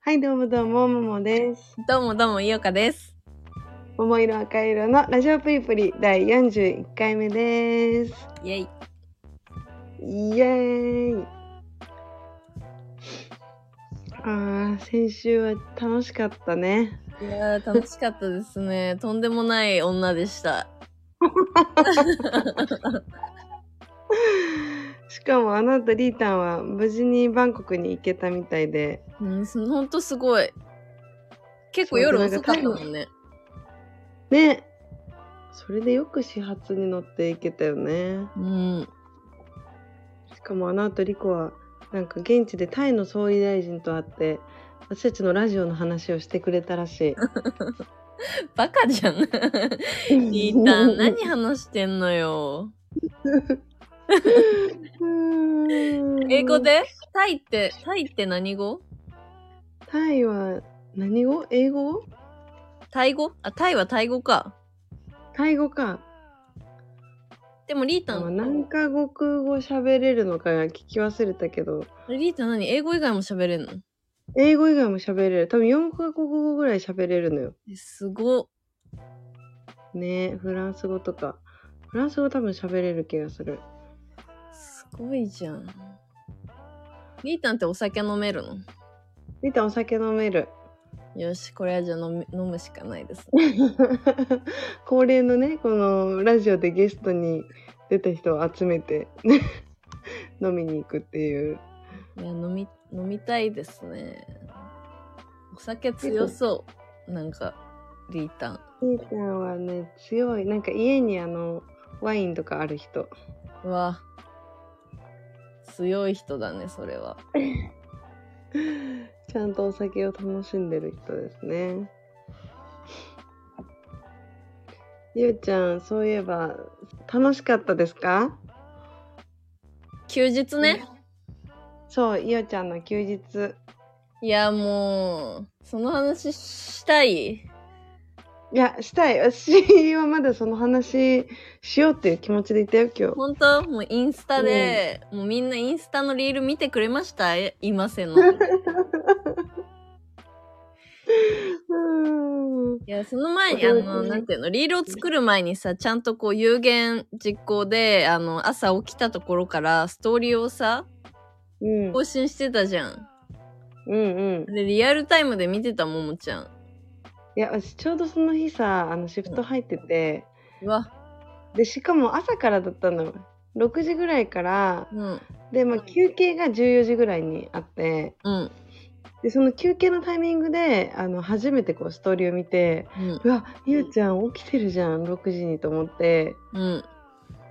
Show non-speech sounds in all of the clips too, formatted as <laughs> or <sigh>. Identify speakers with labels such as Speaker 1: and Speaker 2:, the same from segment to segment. Speaker 1: はい、どうもどうも、ももです。
Speaker 2: どうもどうも、いよかです。
Speaker 1: 桃色赤色のラジオプリプリ第41回目です。
Speaker 2: イェイ。
Speaker 1: イエーイあー、先週は楽しかったね。 <laughs>
Speaker 2: いやー、楽しかったですね。 <laughs> とんでもない女でした。
Speaker 1: しかもあの後リータンは無事にバンコクに行けたみたいで、
Speaker 2: うん、すほんとすごい。結構夜遅かったもんね。
Speaker 1: ね。それでよく始発に乗って行けたよね。
Speaker 2: うん。
Speaker 1: しかもあの後リコはなんか現地でタイの総理大臣と会って私たちのラジオの話をしてくれたらし
Speaker 2: バカじゃん。
Speaker 1: い。
Speaker 2: リータ
Speaker 1: <laughs>
Speaker 2: ン、何話してんのよ。英語でタイって、タイって何語
Speaker 1: タイは何語英語
Speaker 2: タイ語あ、タイはタイ語か。
Speaker 1: タイ語か。
Speaker 2: でもリータ
Speaker 1: まあ
Speaker 2: ン、
Speaker 1: 何か国語喋れるのか聞き忘れたけど、
Speaker 2: リータン何英語以外も喋れんの
Speaker 1: 英語以外も喋れる。多分4カ国語ぐらい喋れるのよ。
Speaker 2: えすごっ。
Speaker 1: ねえフランス語とか。フランス語多分喋れる気がする。
Speaker 2: すごいじゃん。リータンってお酒飲めるの
Speaker 1: 見たお酒飲める。 <laughs>
Speaker 2: よし、これはじゃあ飲む飲むしかないです、 <laughs>
Speaker 1: 恒例のねこのラジオでゲストに出た人を集めて飲みに行くっていう
Speaker 2: いや、飲み、飲みたいですね。お酒強そう。なんか、リータン。
Speaker 1: ひーちゃんはね強いなんか家にあのワインとかある人 <laughs>
Speaker 2: うわ。強い人だね、それは。
Speaker 1: ちゃんとお酒を楽しんでる人ですねゆうちゃんそういえば楽しかったですか
Speaker 2: 休日ね。
Speaker 1: そうゆうちゃんの休日
Speaker 2: いや、もう、その話したい。
Speaker 1: いやしたい私はまだその話しようっていう気持ちでいたよ今日
Speaker 2: 本当もうインスタで、もうみんなインスタのリール見てくれましたえいませんの。 <laughs>
Speaker 1: うん
Speaker 2: いや、その前に、あの、なんていうの、リールを作る前にさ、ちゃんとこう、有言実行で、あの、朝起きたところから、ストーリーをさ、
Speaker 1: うん
Speaker 2: 更新してたじゃん。
Speaker 1: うん。
Speaker 2: で、リアルタイムで見てたももちゃん。
Speaker 1: いや、私ちょうどその日さ、あのシフト入ってて、
Speaker 2: うわ、
Speaker 1: で、しかも朝からだったのよ。6時ぐらいから、
Speaker 2: うん、
Speaker 1: で、まあ、休憩が14時ぐらいにあって、
Speaker 2: うん、
Speaker 1: で、その休憩のタイミングで、あの、初めてこう、ストーリーを見て、
Speaker 2: うん、
Speaker 1: うわ、ゆうちゃん起きてるじゃん、6時にと思って、
Speaker 2: うん。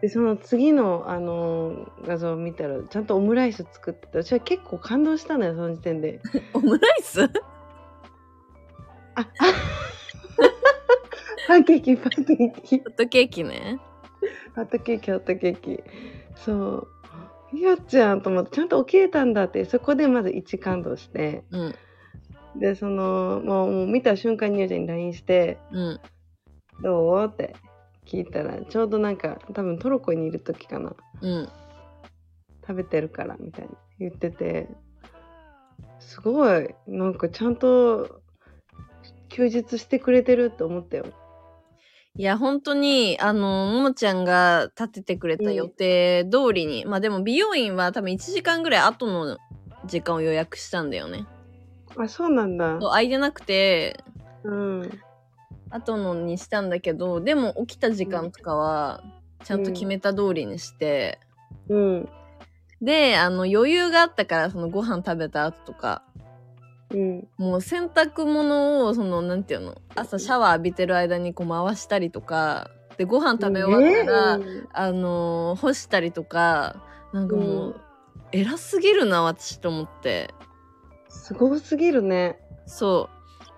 Speaker 1: で、その次の、あの画像を見たら、ちゃんとオムライス作ってて、私は結構感動したのよ、その時点
Speaker 2: <laughs>
Speaker 1: で。
Speaker 2: オムライス <laughs>
Speaker 1: あ、パンケーキ、パンケーキ。
Speaker 2: ホットケーキね。
Speaker 1: ホットケーキホットケーキそうゆうちゃんと思ってちゃんと起きれたんだってそこでまず一感動して
Speaker 2: うん、
Speaker 1: でそのもうもう見た瞬間にゆうちゃんに LINE して
Speaker 2: うん。
Speaker 1: 「どう?」って聞いたらちょうどなんか多分トルコにいる時かな
Speaker 2: うん、
Speaker 1: 食べてるからみたいに言っててすごいなんかちゃんと休日してくれてるって思ったよ。
Speaker 2: いや本当にあのももちゃんが立ててくれた予定通りに、まあでも美容院は多分1時間ぐらい後の時間を予約したんだよね。
Speaker 1: あそうなんだ。
Speaker 2: そう空いてなくて
Speaker 1: うん、
Speaker 2: 後のにしたんだけどでも起きた時間とかはちゃんと決めた通りにして、
Speaker 1: うん、
Speaker 2: であの余裕があったからそのご飯食べた後とか
Speaker 1: うん、
Speaker 2: もう洗濯物をそのなんていうの朝シャワー浴びてる間にこう回したりとかでご飯食べ終わったら、
Speaker 1: ねうん
Speaker 2: あのー干したりとかなんかも
Speaker 1: うん
Speaker 2: う偉すぎるな私と思って
Speaker 1: すごすぎるね。
Speaker 2: そ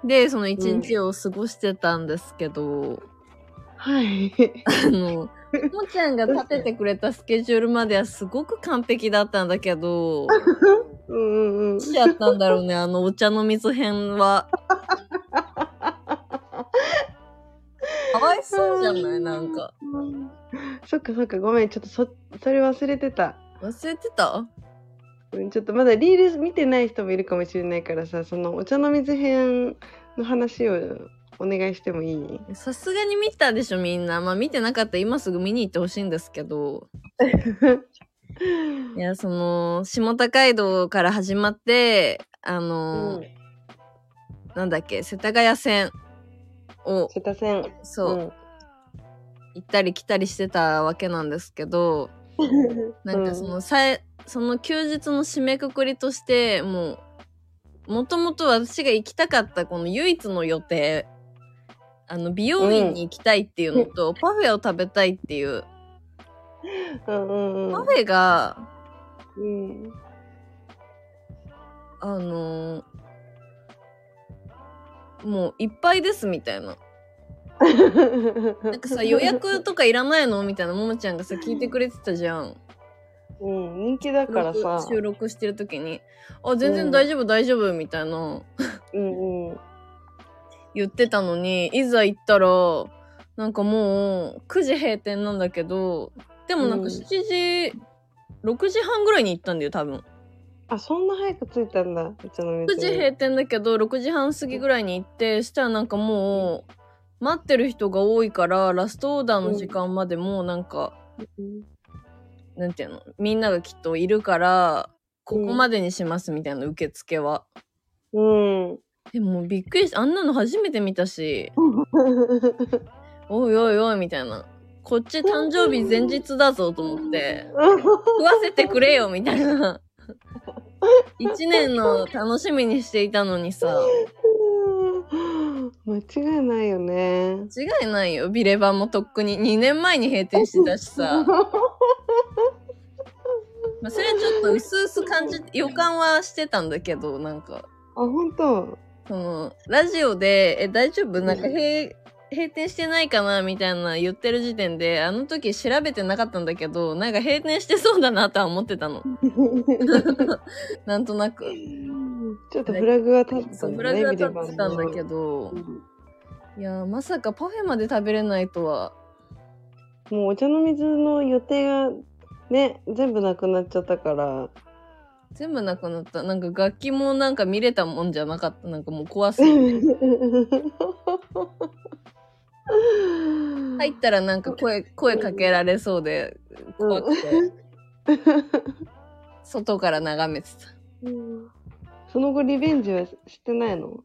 Speaker 2: うでその一日を過ごしてたんですけど。
Speaker 1: はい。 <laughs>
Speaker 2: あの、もちゃんが立ててくれたスケジュールまではすごく完璧だったんだけど、
Speaker 1: うんうんうん。
Speaker 2: どうしちゃったんだろうね、あのお茶の水編は。かわいそうじゃないなんか。
Speaker 1: うん。そっかそっか、ごめん、ちょっとそ、それ忘れてた。
Speaker 2: 忘れてた
Speaker 1: うんちょっとまだリール見てない人もいるかもしれないからさそのお茶の水編の話をお願いしてもいい
Speaker 2: さすがに見たでしょみんなまあ見てなかったら今すぐ見に行ってほしいんですけどいやその下高井戸から始まってあの、なんだっけ世田谷線を
Speaker 1: 瀬田線
Speaker 2: そう、行ったり来たりしてたわけなんです
Speaker 1: <laughs>
Speaker 2: けど
Speaker 1: うん、
Speaker 2: なんかそのさえ、その休日の締めくくりとしてもうもともと私が行きたかったこの唯一の予定あの美容院に行きたいっていうのと、パフェを食べたいっていう
Speaker 1: うんうんうん
Speaker 2: パフェが
Speaker 1: うん
Speaker 2: あのーもういっぱいですみたいななん
Speaker 1: <laughs>
Speaker 2: かさ予約とかいらないのみたいなももちゃんがさ聞いてくれてたじゃん
Speaker 1: うん人気だからさ
Speaker 2: 収録してる時に「あ全然大丈夫、大丈夫」みたいな
Speaker 1: うんうん
Speaker 2: 言ってたのにいざ行ったらなんかもう9時閉店なんだけどでもなんか
Speaker 1: うん
Speaker 2: 7時、6時半ぐらいに行ったんだよ多分
Speaker 1: あそんな早く着いたんだお茶の
Speaker 2: 9
Speaker 1: 水
Speaker 2: 時閉店だけど6時半過ぎぐらいに行ってしたらなんかもう待ってる人が多いからラストオーダーの時間までもうなんか、
Speaker 1: うん
Speaker 2: なんていうのみんながきっといるからここまでにしますみたいな受付は。
Speaker 1: うん
Speaker 2: でもびっくりしたあんなの初めて見たしおいおいおいみたいなこっち誕生日前日だぞと思って食わせてくれよみたいな1年の楽しみにしていたのにさ
Speaker 1: <laughs> 間違いないよね
Speaker 2: 間違いないよビレバンもとっくに2年前に閉店してたし
Speaker 1: <laughs>
Speaker 2: さ、まあ、それはちょっと薄々感じ予感はしてたんだけどなんか
Speaker 1: あ本
Speaker 2: <laughs>
Speaker 1: 当
Speaker 2: そのラジオで「え大丈夫なんか閉閉店してないかな?」みたいな言ってる時点であの時調べてなかったんだけどなんか閉店してそうだなとは思ってたのなんとなく
Speaker 1: ちょっとフラグは立ってた
Speaker 2: そ
Speaker 1: ん
Speaker 2: う
Speaker 1: だね
Speaker 2: ブラジルは立ってたんだ
Speaker 1: ビ
Speaker 2: け
Speaker 1: レ
Speaker 2: ど、
Speaker 1: バンの
Speaker 2: いやーまさかパフェまで食べれないとは
Speaker 1: うんもうお茶の水の予定がね全部なくなっちゃったから
Speaker 2: 全部なくなったなんか楽器もなんか見れたもんじゃなかったなんかもう怖すぎて
Speaker 1: 入
Speaker 2: 入ったらなんか声声かけられそうで怖くて、外から眺めてた
Speaker 1: その後リベンジはしてないの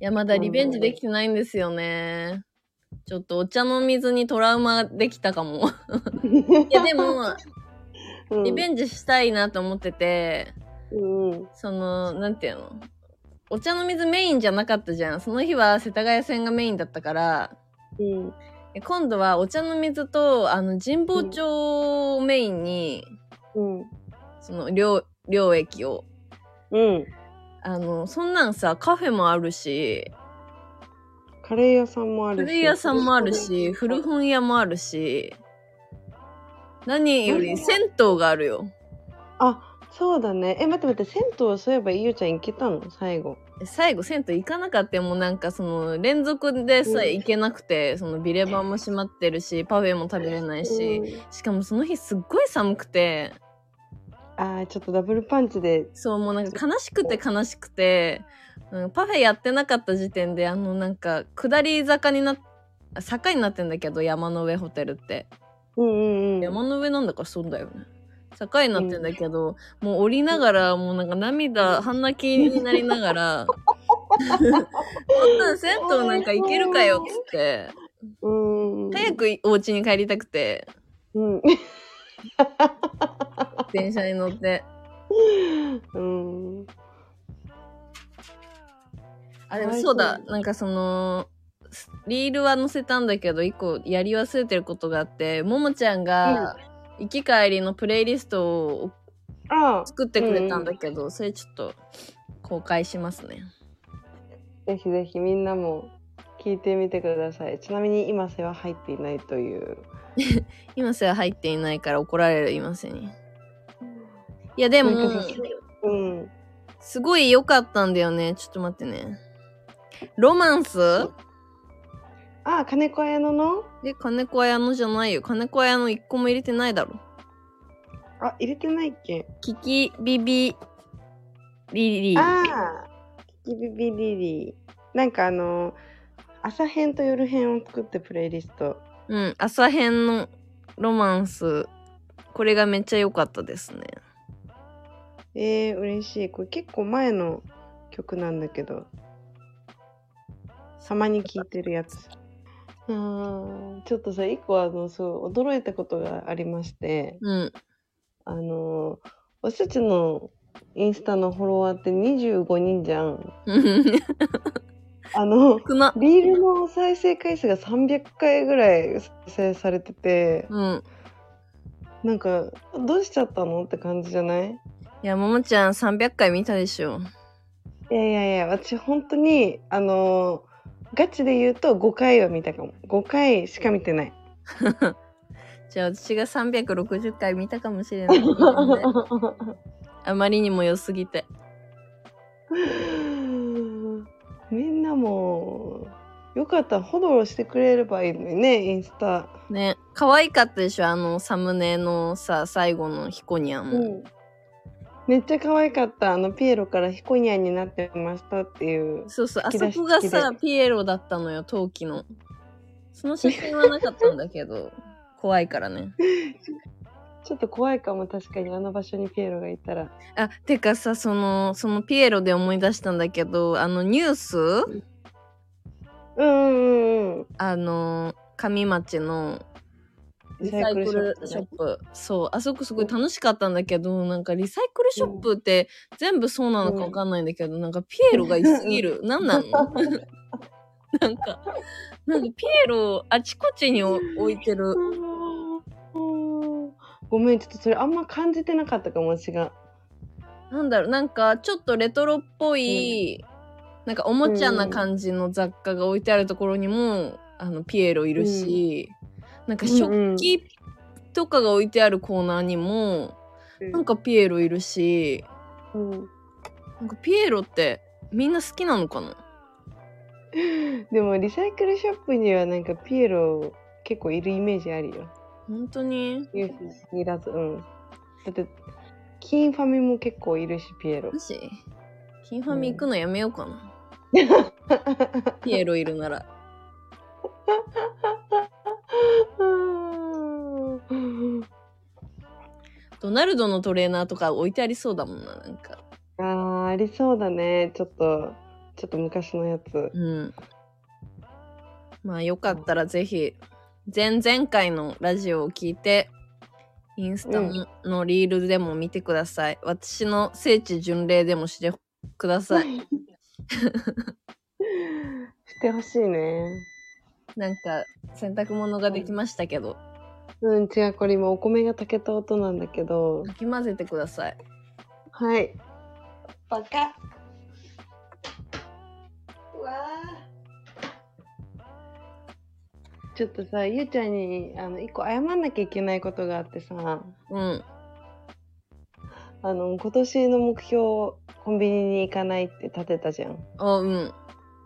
Speaker 2: いや、まだリベンジできてないんですよね。ちょっとお茶の水にトラウマできたかも。いや、でも、リベ
Speaker 1: ン
Speaker 2: ンジしたいなと思ってて、
Speaker 1: ジ、うん
Speaker 2: その、なんていうのお茶の水メインじゃなかったじゃん。その日は世田谷線がメインだったから、
Speaker 1: うん
Speaker 2: え今度はお茶の水と、あの、神保町をメインに、
Speaker 1: うん
Speaker 2: その、両、両駅を。
Speaker 1: うん、
Speaker 2: あの、そんなんさ、カフェもあるし、
Speaker 1: カレー屋さんもある
Speaker 2: 古
Speaker 1: し
Speaker 2: 着屋さんもあるし古本屋もあるし何より銭湯があるよ
Speaker 1: あそうだねえ待って待って銭湯はそういえばゆうちゃん行けたの最後
Speaker 2: 最後銭湯行かなかったよもうなんかその連続でさ
Speaker 1: うん
Speaker 2: 行けなくてそのビレバンも閉まってるしパフェも食べれないし
Speaker 1: うん
Speaker 2: しかもその日すっごい寒くて
Speaker 1: あーちょっとダブルパンチで
Speaker 2: そうもうなんか悲しくて悲しくてうんパフェやってなかった時点であのなんか下り坂になっ坂になってんだけど山の上ホテルって
Speaker 1: うんうんうん
Speaker 2: 山の上なんだからそうだよね坂になってんだけど、もう降りながらもうなんか涙半泣きになりなが <laughs> ら「こんなん銭湯なんか行けるかよ」っつって
Speaker 1: うんうん
Speaker 2: 早くお家に帰りたくて
Speaker 1: うん <laughs>
Speaker 2: 電車に乗って
Speaker 1: うん
Speaker 2: あでもそうだなんかそのリールは載せたんだけど一個やり忘れてることがあってももちゃんが行き帰りのプレイリストを
Speaker 1: ああ
Speaker 2: 作ってくれたんだけど、それちょっと公開しますね。
Speaker 1: ぜひぜひみんなも聞いてみてください。ちなみに今瀬は入っていないという。
Speaker 2: 今瀬は入っていないから怒られる今瀬にいやでも
Speaker 1: なんかさうん。
Speaker 2: すごい良かったんだよねちょっと待ってねロマンス
Speaker 1: あ、金子綾乃の
Speaker 2: で金子綾乃じゃないよ金子綾乃一個も入れてないだろ
Speaker 1: あ、入れてないっけ
Speaker 2: キキビビリリ
Speaker 1: ああ、キキビビリリ。なんかあの、朝編と夜編を作ってプレイリスト。
Speaker 2: うん朝編のロマンスこれがめっちゃ良かったですね
Speaker 1: えー、嬉しい。これ結構前の曲なんだけど、たまに聴いてるやつ。うーん、ちょっとさ、一個あの、そう、驚いたことがありまして、
Speaker 2: うん
Speaker 1: あの、私たちのインスタのフォロワーって25人じゃん。あの、
Speaker 2: 少な
Speaker 1: リールの再生回数が300回ぐらい再生されてて、
Speaker 2: うん
Speaker 1: なんか、どうしちゃったのって感じじゃない
Speaker 2: いやももちゃん300回見たでしょ
Speaker 1: いやいやいや、私本当に、あのーガチで言うと5回は見たかも。5回しか見て
Speaker 2: <laughs>
Speaker 1: ない。
Speaker 2: じゃあ私が360回見たかもしれない、ね、あまりにも良すぎて
Speaker 1: みんなも、よかったらフォローしてくれればいいのにね、インスタ。
Speaker 2: ね可愛かったでしょあのサムネのさ最後のヒコニャンも、
Speaker 1: うんめっちゃ可愛かった。あの、ピエロからヒコニャンになってましたっていう。
Speaker 2: そうそうあ
Speaker 1: 引き
Speaker 2: そ
Speaker 1: 出し
Speaker 2: こがさ
Speaker 1: 引き
Speaker 2: ピエロだったのよ陶器のその写真はなかったんだけど怖いから
Speaker 1: <laughs>
Speaker 2: ね
Speaker 1: ちょっと怖いかも、確かにあの場所にピエロがいたら。
Speaker 2: あてかさそのそのピエロで思い出したんだけどあのニュース
Speaker 1: うんうんうん。
Speaker 2: あの上町のリサイクルショップそうあそこすごい楽しかったんだけどなんかリサイクルショップって全部そうなのかわかんないんだけど、なんかピエロがいすぎる <laughs> なんなのなんかなんかピエロをあちこちに置いてる
Speaker 1: うんごめん、ちょっとそれあんま感じてなかったかも、私が。
Speaker 2: なんだろうなんかちょっとレトロっぽい、なんかおもちゃな感じの雑貨が置いてあるところにも、あのピエロいるし、なんか食器とかが置いてあるコーナーにも、なんかピエロいるし
Speaker 1: うん
Speaker 2: なんかピエロってみんな好きなのかな
Speaker 1: でも、リサイクルショップにはなんかピエロ結構いるイメージあるよ。
Speaker 2: 本当に
Speaker 1: ニュースに出す。うん。だって、キンファミも結構いるし、ピエロ
Speaker 2: も。しキンファミ行くのやめようか <laughs> な、ピエロいるなら
Speaker 1: うん
Speaker 2: ドナルドのトレーナーとか置いてありそうだもんななんか
Speaker 1: あーありそうだね。ちょっと、ちょっと昔のやつ。
Speaker 2: うん。まあよかったらぜひ、前々回のラジオを聞いて、インスタののリールでも見てください。私の聖地巡礼でもしてください。
Speaker 1: <laughs> してほしいね。
Speaker 2: なんか洗濯物ができましたけど、
Speaker 1: うん、違う、これ今お米が炊けた音なんだけど。
Speaker 2: かき混ぜてください。
Speaker 1: はい。バカ。うわーちょっとさ、ゆうちゃんに、あの、一個謝んなきゃいけないことがあってさ、
Speaker 2: うん。
Speaker 1: あの、今年の目標、コンビニに行かないって立てたじゃん。
Speaker 2: あ、うん。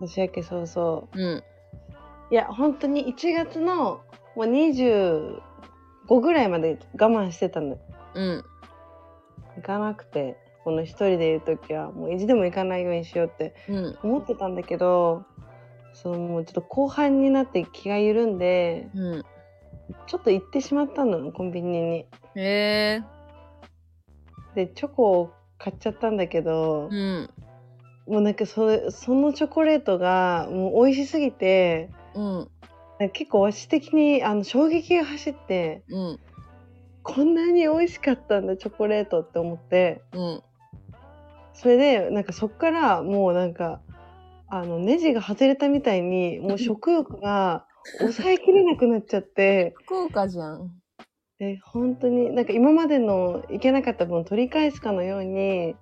Speaker 1: 年明け早々。
Speaker 2: うん。
Speaker 1: いや、本当に1月の、もう25ぐらいまで我慢してたのよ
Speaker 2: うん。
Speaker 1: 行かなくてこの一人でいる時はもう意地でも行かないようにしようって
Speaker 2: うん。
Speaker 1: 思ってたんだけどそのもうちょっと後半になって気が緩んで
Speaker 2: うん。
Speaker 1: ちょっと行ってしまったのコンビニに。
Speaker 2: へえ。
Speaker 1: でチョコを買っちゃったんだけど
Speaker 2: う、ん。
Speaker 1: もうなんかそれそのチョコレートがもう美味しすぎて
Speaker 2: うん。
Speaker 1: なんか結構私的にあの衝撃が走って
Speaker 2: うん。
Speaker 1: こんなに美味しかったんだチョコレートって思って。
Speaker 2: うん。
Speaker 1: それでなんかそっからもうなんかあのネジが外れたみたいにもう食欲が抑えきれなくなっちゃって
Speaker 2: 福岡じゃん。
Speaker 1: で本当になんか今までのいけなかった分取り返すかのように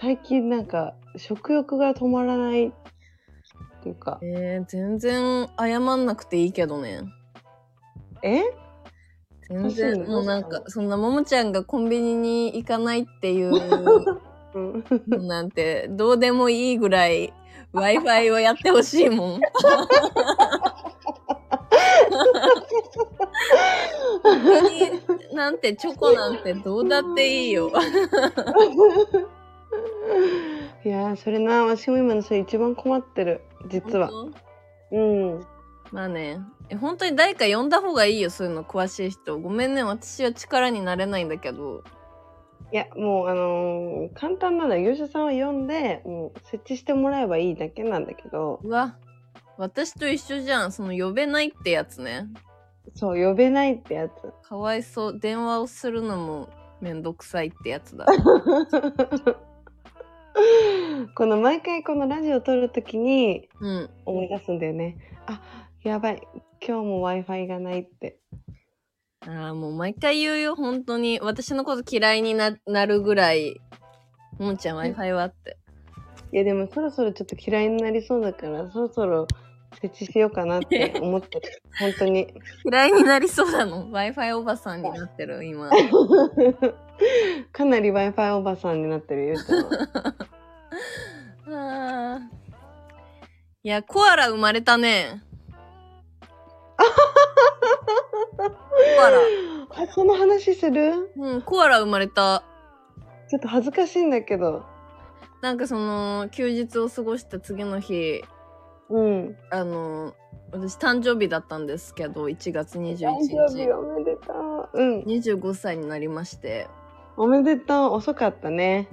Speaker 1: 最近なんか食欲が止まらないっていうか
Speaker 2: えー、全然謝んなくていいけどね。
Speaker 1: え
Speaker 2: 全
Speaker 1: 欲しい
Speaker 2: 然
Speaker 1: の
Speaker 2: もうなん
Speaker 1: 欲しい
Speaker 2: かそんなももちゃんがコンビニに行かないっていう
Speaker 1: うん、
Speaker 2: のなんてどうでもいいぐらい w i f i をやってほしいもん本当になんてチョコなんてどうだっていいよ。
Speaker 1: いやーそれな私も今のそれ一番困ってる実は
Speaker 2: 本当
Speaker 1: うん
Speaker 2: まあねえ本当に誰か呼んだ方がいいよそういうの詳しい人ごめんね私は力になれないんだけど
Speaker 1: いやもうあのー簡単なのは業者さんを呼んでもう設置してもらえばいいだけなんだけど
Speaker 2: うわ私と一緒じゃんその呼べないってやつね
Speaker 1: そう呼べないってやつ
Speaker 2: かわいそう電話をするのもめんどくさいってやつだ
Speaker 1: この毎回このラジオ撮るときに
Speaker 2: うん
Speaker 1: 思い出すんだよねあやばい今日も w i f i がないって
Speaker 2: ああもう毎回言うよ本当に私のこと嫌いにななるぐらいももちゃん w i f i はって
Speaker 1: いやでもそろそろちょっと嫌いになりそうだからそろそろ設置しようかなって思ってる本当に
Speaker 2: 嫌いになりそうなの w i f i おばさんになってる今
Speaker 1: かなり w i f i おばさんになってるゆうちゃんは
Speaker 2: あーいやコアラ生まれた
Speaker 1: <laughs>
Speaker 2: ねコアラ
Speaker 1: あその話する
Speaker 2: うんコアラ生まれた
Speaker 1: ちょっと恥ずかしいんだけど
Speaker 2: なんかその休日を過ごした次の日
Speaker 1: うん
Speaker 2: あの私誕生日だったんですけど1月21
Speaker 1: 誕生日
Speaker 2: 日
Speaker 1: おめでとううん
Speaker 2: 25歳になりまして
Speaker 1: おめでとう遅かったね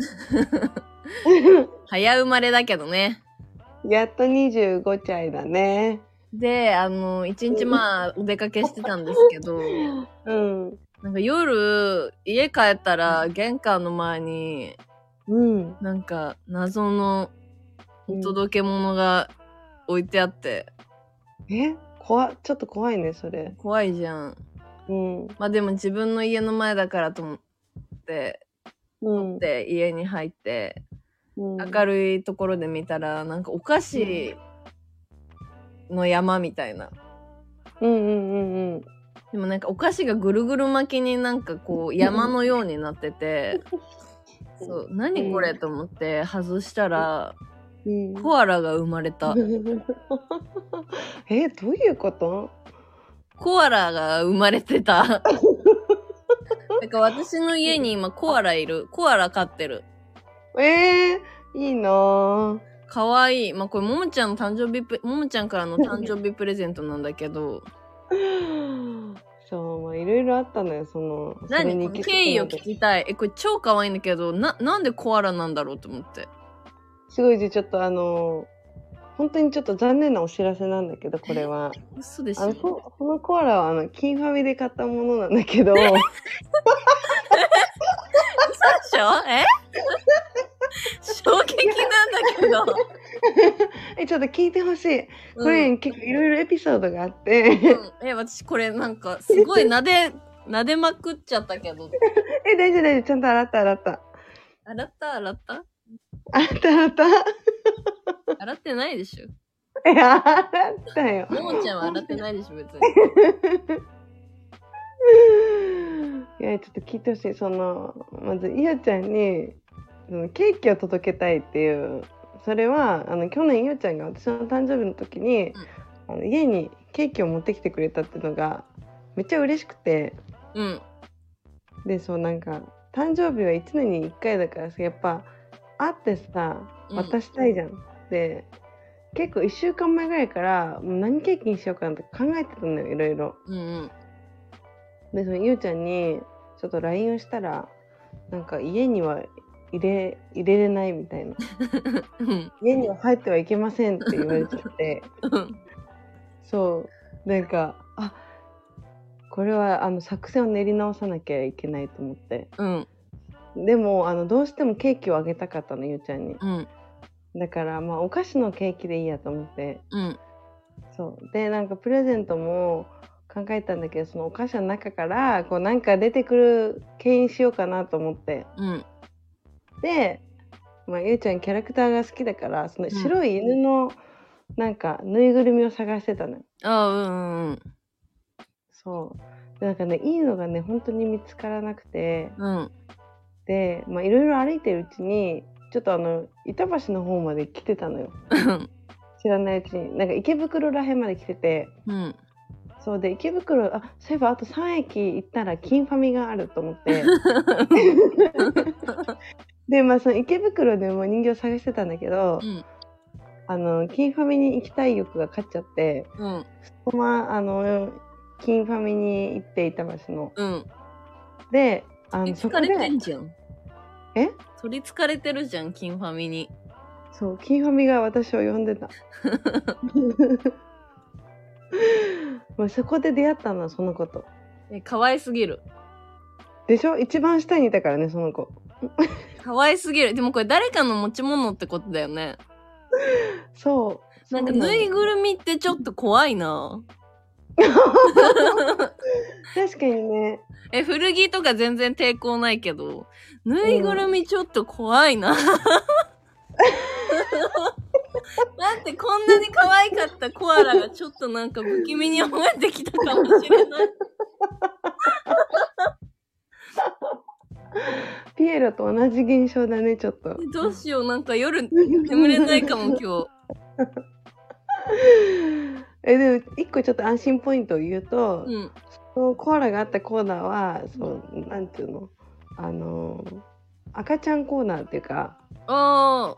Speaker 2: 早生まれだけどね
Speaker 1: やっと25歳だね
Speaker 2: であの1日まあお出かけしてたんですけど
Speaker 1: うん
Speaker 2: なんか夜家帰ったら玄関の前に
Speaker 1: うん
Speaker 2: なんか謎のお届け物が置いてあって、
Speaker 1: え怖ちょっと怖いねそれ
Speaker 2: 怖いじゃん
Speaker 1: うん
Speaker 2: まあでも自分の家の前だからと思って
Speaker 1: うん
Speaker 2: で家に入って
Speaker 1: うん
Speaker 2: 明るいところで見たらなんかお菓子の山みたいな
Speaker 1: うんうんうんうん
Speaker 2: でもなんかお菓子がぐるぐる巻きになんかこう山のようになっててそう何これと思って外したら
Speaker 1: うん
Speaker 2: コアラが生まれた
Speaker 1: <laughs> えどういうこと
Speaker 2: コアラが生まれてたなんか私の家に今コアラいるコアラ飼ってる
Speaker 1: えー、いいなぁ
Speaker 2: かわいいまあこれももちゃんの誕生日プももちゃんからの誕生日プレゼントなんだけど
Speaker 1: そうまあいろいろあったのよそのそれ
Speaker 2: 何
Speaker 1: に
Speaker 2: こ
Speaker 1: 気づ
Speaker 2: の
Speaker 1: く
Speaker 2: 経緯
Speaker 1: ま
Speaker 2: を
Speaker 1: で
Speaker 2: 聞きたいえこれ超かわいいんだけどななんでコアラなんだろうと思って
Speaker 1: すごいじちょっとあの本当にちょっと残念なお知らせなんだけどこれ
Speaker 2: <laughs>
Speaker 1: は
Speaker 2: 嘘でし
Speaker 1: あの
Speaker 2: ょ
Speaker 1: ここのコアラはあのキンファミで買ったものなんだけ
Speaker 2: <laughs>
Speaker 1: ど
Speaker 2: 嘘でしょえ衝撃なんだ
Speaker 1: えちょっと聞いてほしい
Speaker 2: け
Speaker 1: <laughs>
Speaker 2: ど
Speaker 1: これ、結構いろいろエピソードがあって、
Speaker 2: うんうんえ私これなんかすごい撫で撫でまくっちゃったけど
Speaker 1: え大丈夫大丈夫ちゃんと洗った洗った
Speaker 2: 洗った洗った
Speaker 1: 洗った洗った
Speaker 2: 洗ってないでしょ
Speaker 1: いや洗ったよ
Speaker 2: ももちゃんは洗ってないでしょ別
Speaker 1: <laughs>
Speaker 2: に
Speaker 1: いやちょっと聞いてほしいそのまずいやちゃんにそのケーキを届けたいっていうそれはあの去年いやちゃんが私の誕生日の時に、あの家にケーキを持ってきてくれたっていうのがめっちゃ嬉しくて
Speaker 2: うん
Speaker 1: でそうなんか誕生日は1年に1回だからさやっぱ会ってさ
Speaker 2: うん
Speaker 1: 渡したいじゃん、で結構1週間前ぐらいからもう何ケーキにしようかなとか考えてたのよいろいろ。
Speaker 2: うんうん
Speaker 1: でそのゆうちゃんにちょっと LINE をしたらなんか家には入れ入れれないみたいな
Speaker 2: うん
Speaker 1: 家には入ってはいけませんって言われちゃって
Speaker 2: <laughs> うん
Speaker 1: そうなんかあこれはあの作戦を練り直さなきゃいけないと思って
Speaker 2: うん
Speaker 1: でもあのどうしてもケーキをあげたかったのゆうちゃんに
Speaker 2: うん
Speaker 1: だからまあお菓子のケーキでいいやと思って
Speaker 2: うん
Speaker 1: そうでなんかプレゼントも考えたんだけどそのお菓子の中からこうなんか出てくる牽引しようかなと思って
Speaker 2: うん
Speaker 1: で、まあ、ゆうちゃんキャラクターが好きだからその
Speaker 2: ん
Speaker 1: 白い犬のなんかぬいぐるみを探してたのよ
Speaker 2: あうんうん
Speaker 1: そうでなんかねいいのがね本当に見つからなくて
Speaker 2: うんうん
Speaker 1: でまあいろいろ歩いてるうちにちょっとあの板橋の方まで来てたのよ
Speaker 2: うん
Speaker 1: 知らないうちになんか池袋らへんまで来てて
Speaker 2: うん
Speaker 1: そうで池袋あそういえばあと3駅行ったら金ファミがあると思って
Speaker 2: <laughs>
Speaker 1: でまあその池袋でも人形探してたんだけど、
Speaker 2: うん
Speaker 1: あの金ファミに行きたい欲が勝っちゃって
Speaker 2: うん
Speaker 1: そのままあの金ファミに行って板橋の
Speaker 2: うん
Speaker 1: であ
Speaker 2: え
Speaker 1: のそこ
Speaker 2: 疲れて
Speaker 1: で
Speaker 2: んじゃん
Speaker 1: え
Speaker 2: 取りつかれてるじゃん金ファミに
Speaker 1: そう金ファミが私を呼んで
Speaker 2: <laughs>
Speaker 1: たまあそこで出会ったのはそのこと
Speaker 2: え可愛すぎる
Speaker 1: でしょ一番下にいたからねその子
Speaker 2: 可愛すぎるでもこれ誰かの持ち物ってことだよね
Speaker 1: そう
Speaker 2: なんか
Speaker 1: そう
Speaker 2: ぬいぐるみってちょっと怖いな
Speaker 1: 確かにね
Speaker 2: え古着とか全然抵抗ないけどぬいぐるみちょっと怖いな、 <laughs> だってこんなに可愛かったコアラがちょっとなんか不気味に思えてきたかもしれない
Speaker 1: ピエロと同じ現象だねちょっと
Speaker 2: どうしようなんか夜眠れないかも今日
Speaker 1: <laughs> えでも一個ちょっと安心ポイントを言うと、
Speaker 2: うん
Speaker 1: そのコアラがあったコーナーはそうなんていうのあのー赤ちゃんコーナーっていうか
Speaker 2: あ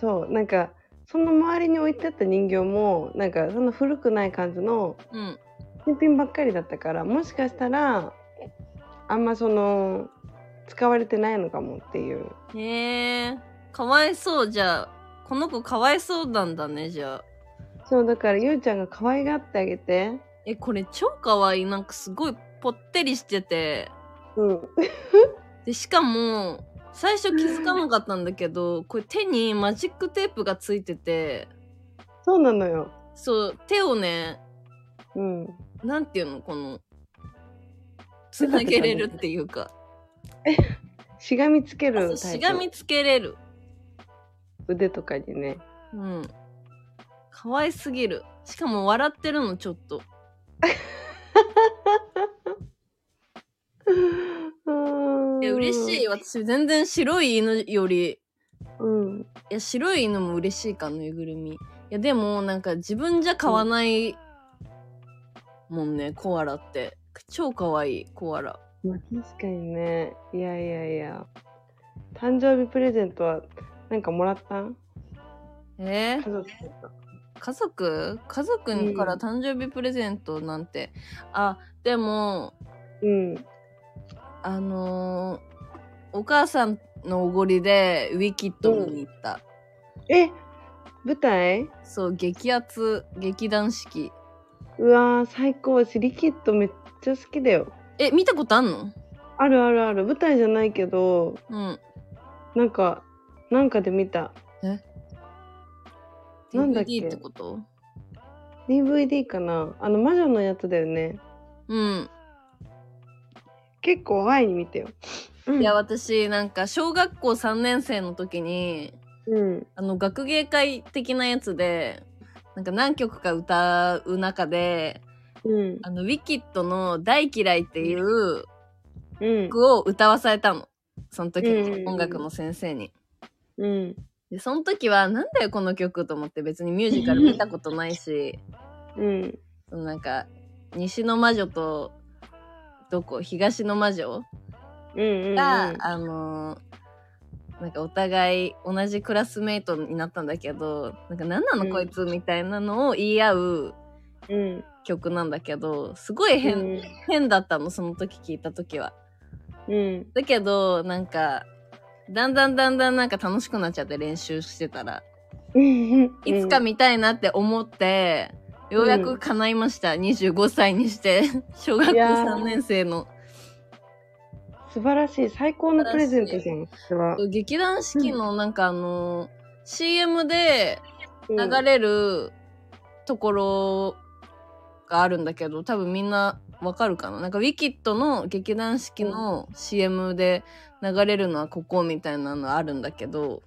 Speaker 1: そうなんかその周りに置いてあった人形もなんかそんな古くない感じの
Speaker 2: ーうん
Speaker 1: 新品ばっかりだったからもしかしたらあんまその使われてないのかもっていう
Speaker 2: へえかわいそうじゃあこの子かわいそうなんだねじゃあ
Speaker 1: そうだからゆうちゃんが可愛がってあげて
Speaker 2: えこれ超かわいいなんかすごいぽってりしてて
Speaker 1: うん
Speaker 2: でしかも最初気づかなかったんだけどこれ手にマジックテープがついてて
Speaker 1: そうなのよ
Speaker 2: そう手をね
Speaker 1: うん
Speaker 2: なんていうのこのつなげれるっていうか
Speaker 1: しがみつけ
Speaker 2: あそ
Speaker 1: る
Speaker 2: う
Speaker 1: タ
Speaker 2: し
Speaker 1: イ
Speaker 2: が
Speaker 1: プ
Speaker 2: みつけれる
Speaker 1: 腕とかにね
Speaker 2: うんかわいすぎるしかも笑ってるのちょっと <laughs> いや嬉し
Speaker 1: い
Speaker 2: い私全然白い犬より
Speaker 1: うん
Speaker 2: いや白い犬も嬉しいかぬいぐるみいやでもなんか自分じゃ買わないもんね、コアラって超かわいいコアラ
Speaker 1: まあ確かにねいやいやいや誕生日プレゼントはなんかもらったん家
Speaker 2: えー、
Speaker 1: 族とか
Speaker 2: 家族家族から誕生日プレゼントなんて、あでも
Speaker 1: うん
Speaker 2: あのーお母さんのおごりでウィキッド見に行った、
Speaker 1: え舞台
Speaker 2: そう激アツ劇団四季
Speaker 1: うわー最高私リキッドめっちゃ好きだよ
Speaker 2: え見たことあんの
Speaker 1: あるあるある舞台じゃないけど
Speaker 2: うん
Speaker 1: なんかなんかで見たなんだっけ
Speaker 2: DVD ってこと
Speaker 1: DVD かなあの魔女のやつだよね
Speaker 2: うん
Speaker 1: 結構前に見てよ、うん、
Speaker 2: いや私なんか小学校3年生の時に
Speaker 1: うん
Speaker 2: あの学芸会的なやつでなんか何曲か歌う中で
Speaker 1: うん
Speaker 2: あのウィキッドの「大嫌い」っていう
Speaker 1: うん
Speaker 2: 曲を歌わされたのその時
Speaker 1: うん
Speaker 2: の音楽の先生に。
Speaker 1: うん
Speaker 2: でその時はなんだよこの曲と思って別にミュージカル見たことないし
Speaker 1: うん
Speaker 2: そのなんか西の魔女とどこ東の魔女
Speaker 1: うんうん
Speaker 2: が、あのーなんかお互い同じクラスメイトになったんだけどなんか何な
Speaker 1: う
Speaker 2: の
Speaker 1: ん
Speaker 2: こいつみたいなのを言い合う
Speaker 1: うん
Speaker 2: 曲なんだけどすごい変,、変だったのその時聞いた時は。
Speaker 1: うん
Speaker 2: だけどなんかだんだんだんだんなんか楽しくなっちゃって練習してたら
Speaker 1: うん
Speaker 2: いつか見たいなって思って、ようやく叶いました25歳にして <laughs> 小学校
Speaker 1: いやー
Speaker 2: 3年生の。
Speaker 1: 素晴らしい最高のプレゼントじゃんそれは
Speaker 2: 劇団四季のなんかあのー CM で流
Speaker 1: れ
Speaker 2: れるところがあるんだけど多分みんなわかるかななんか「ウィキッド」の劇団四季の CM で流れるのはここみたいなのあるんだけど、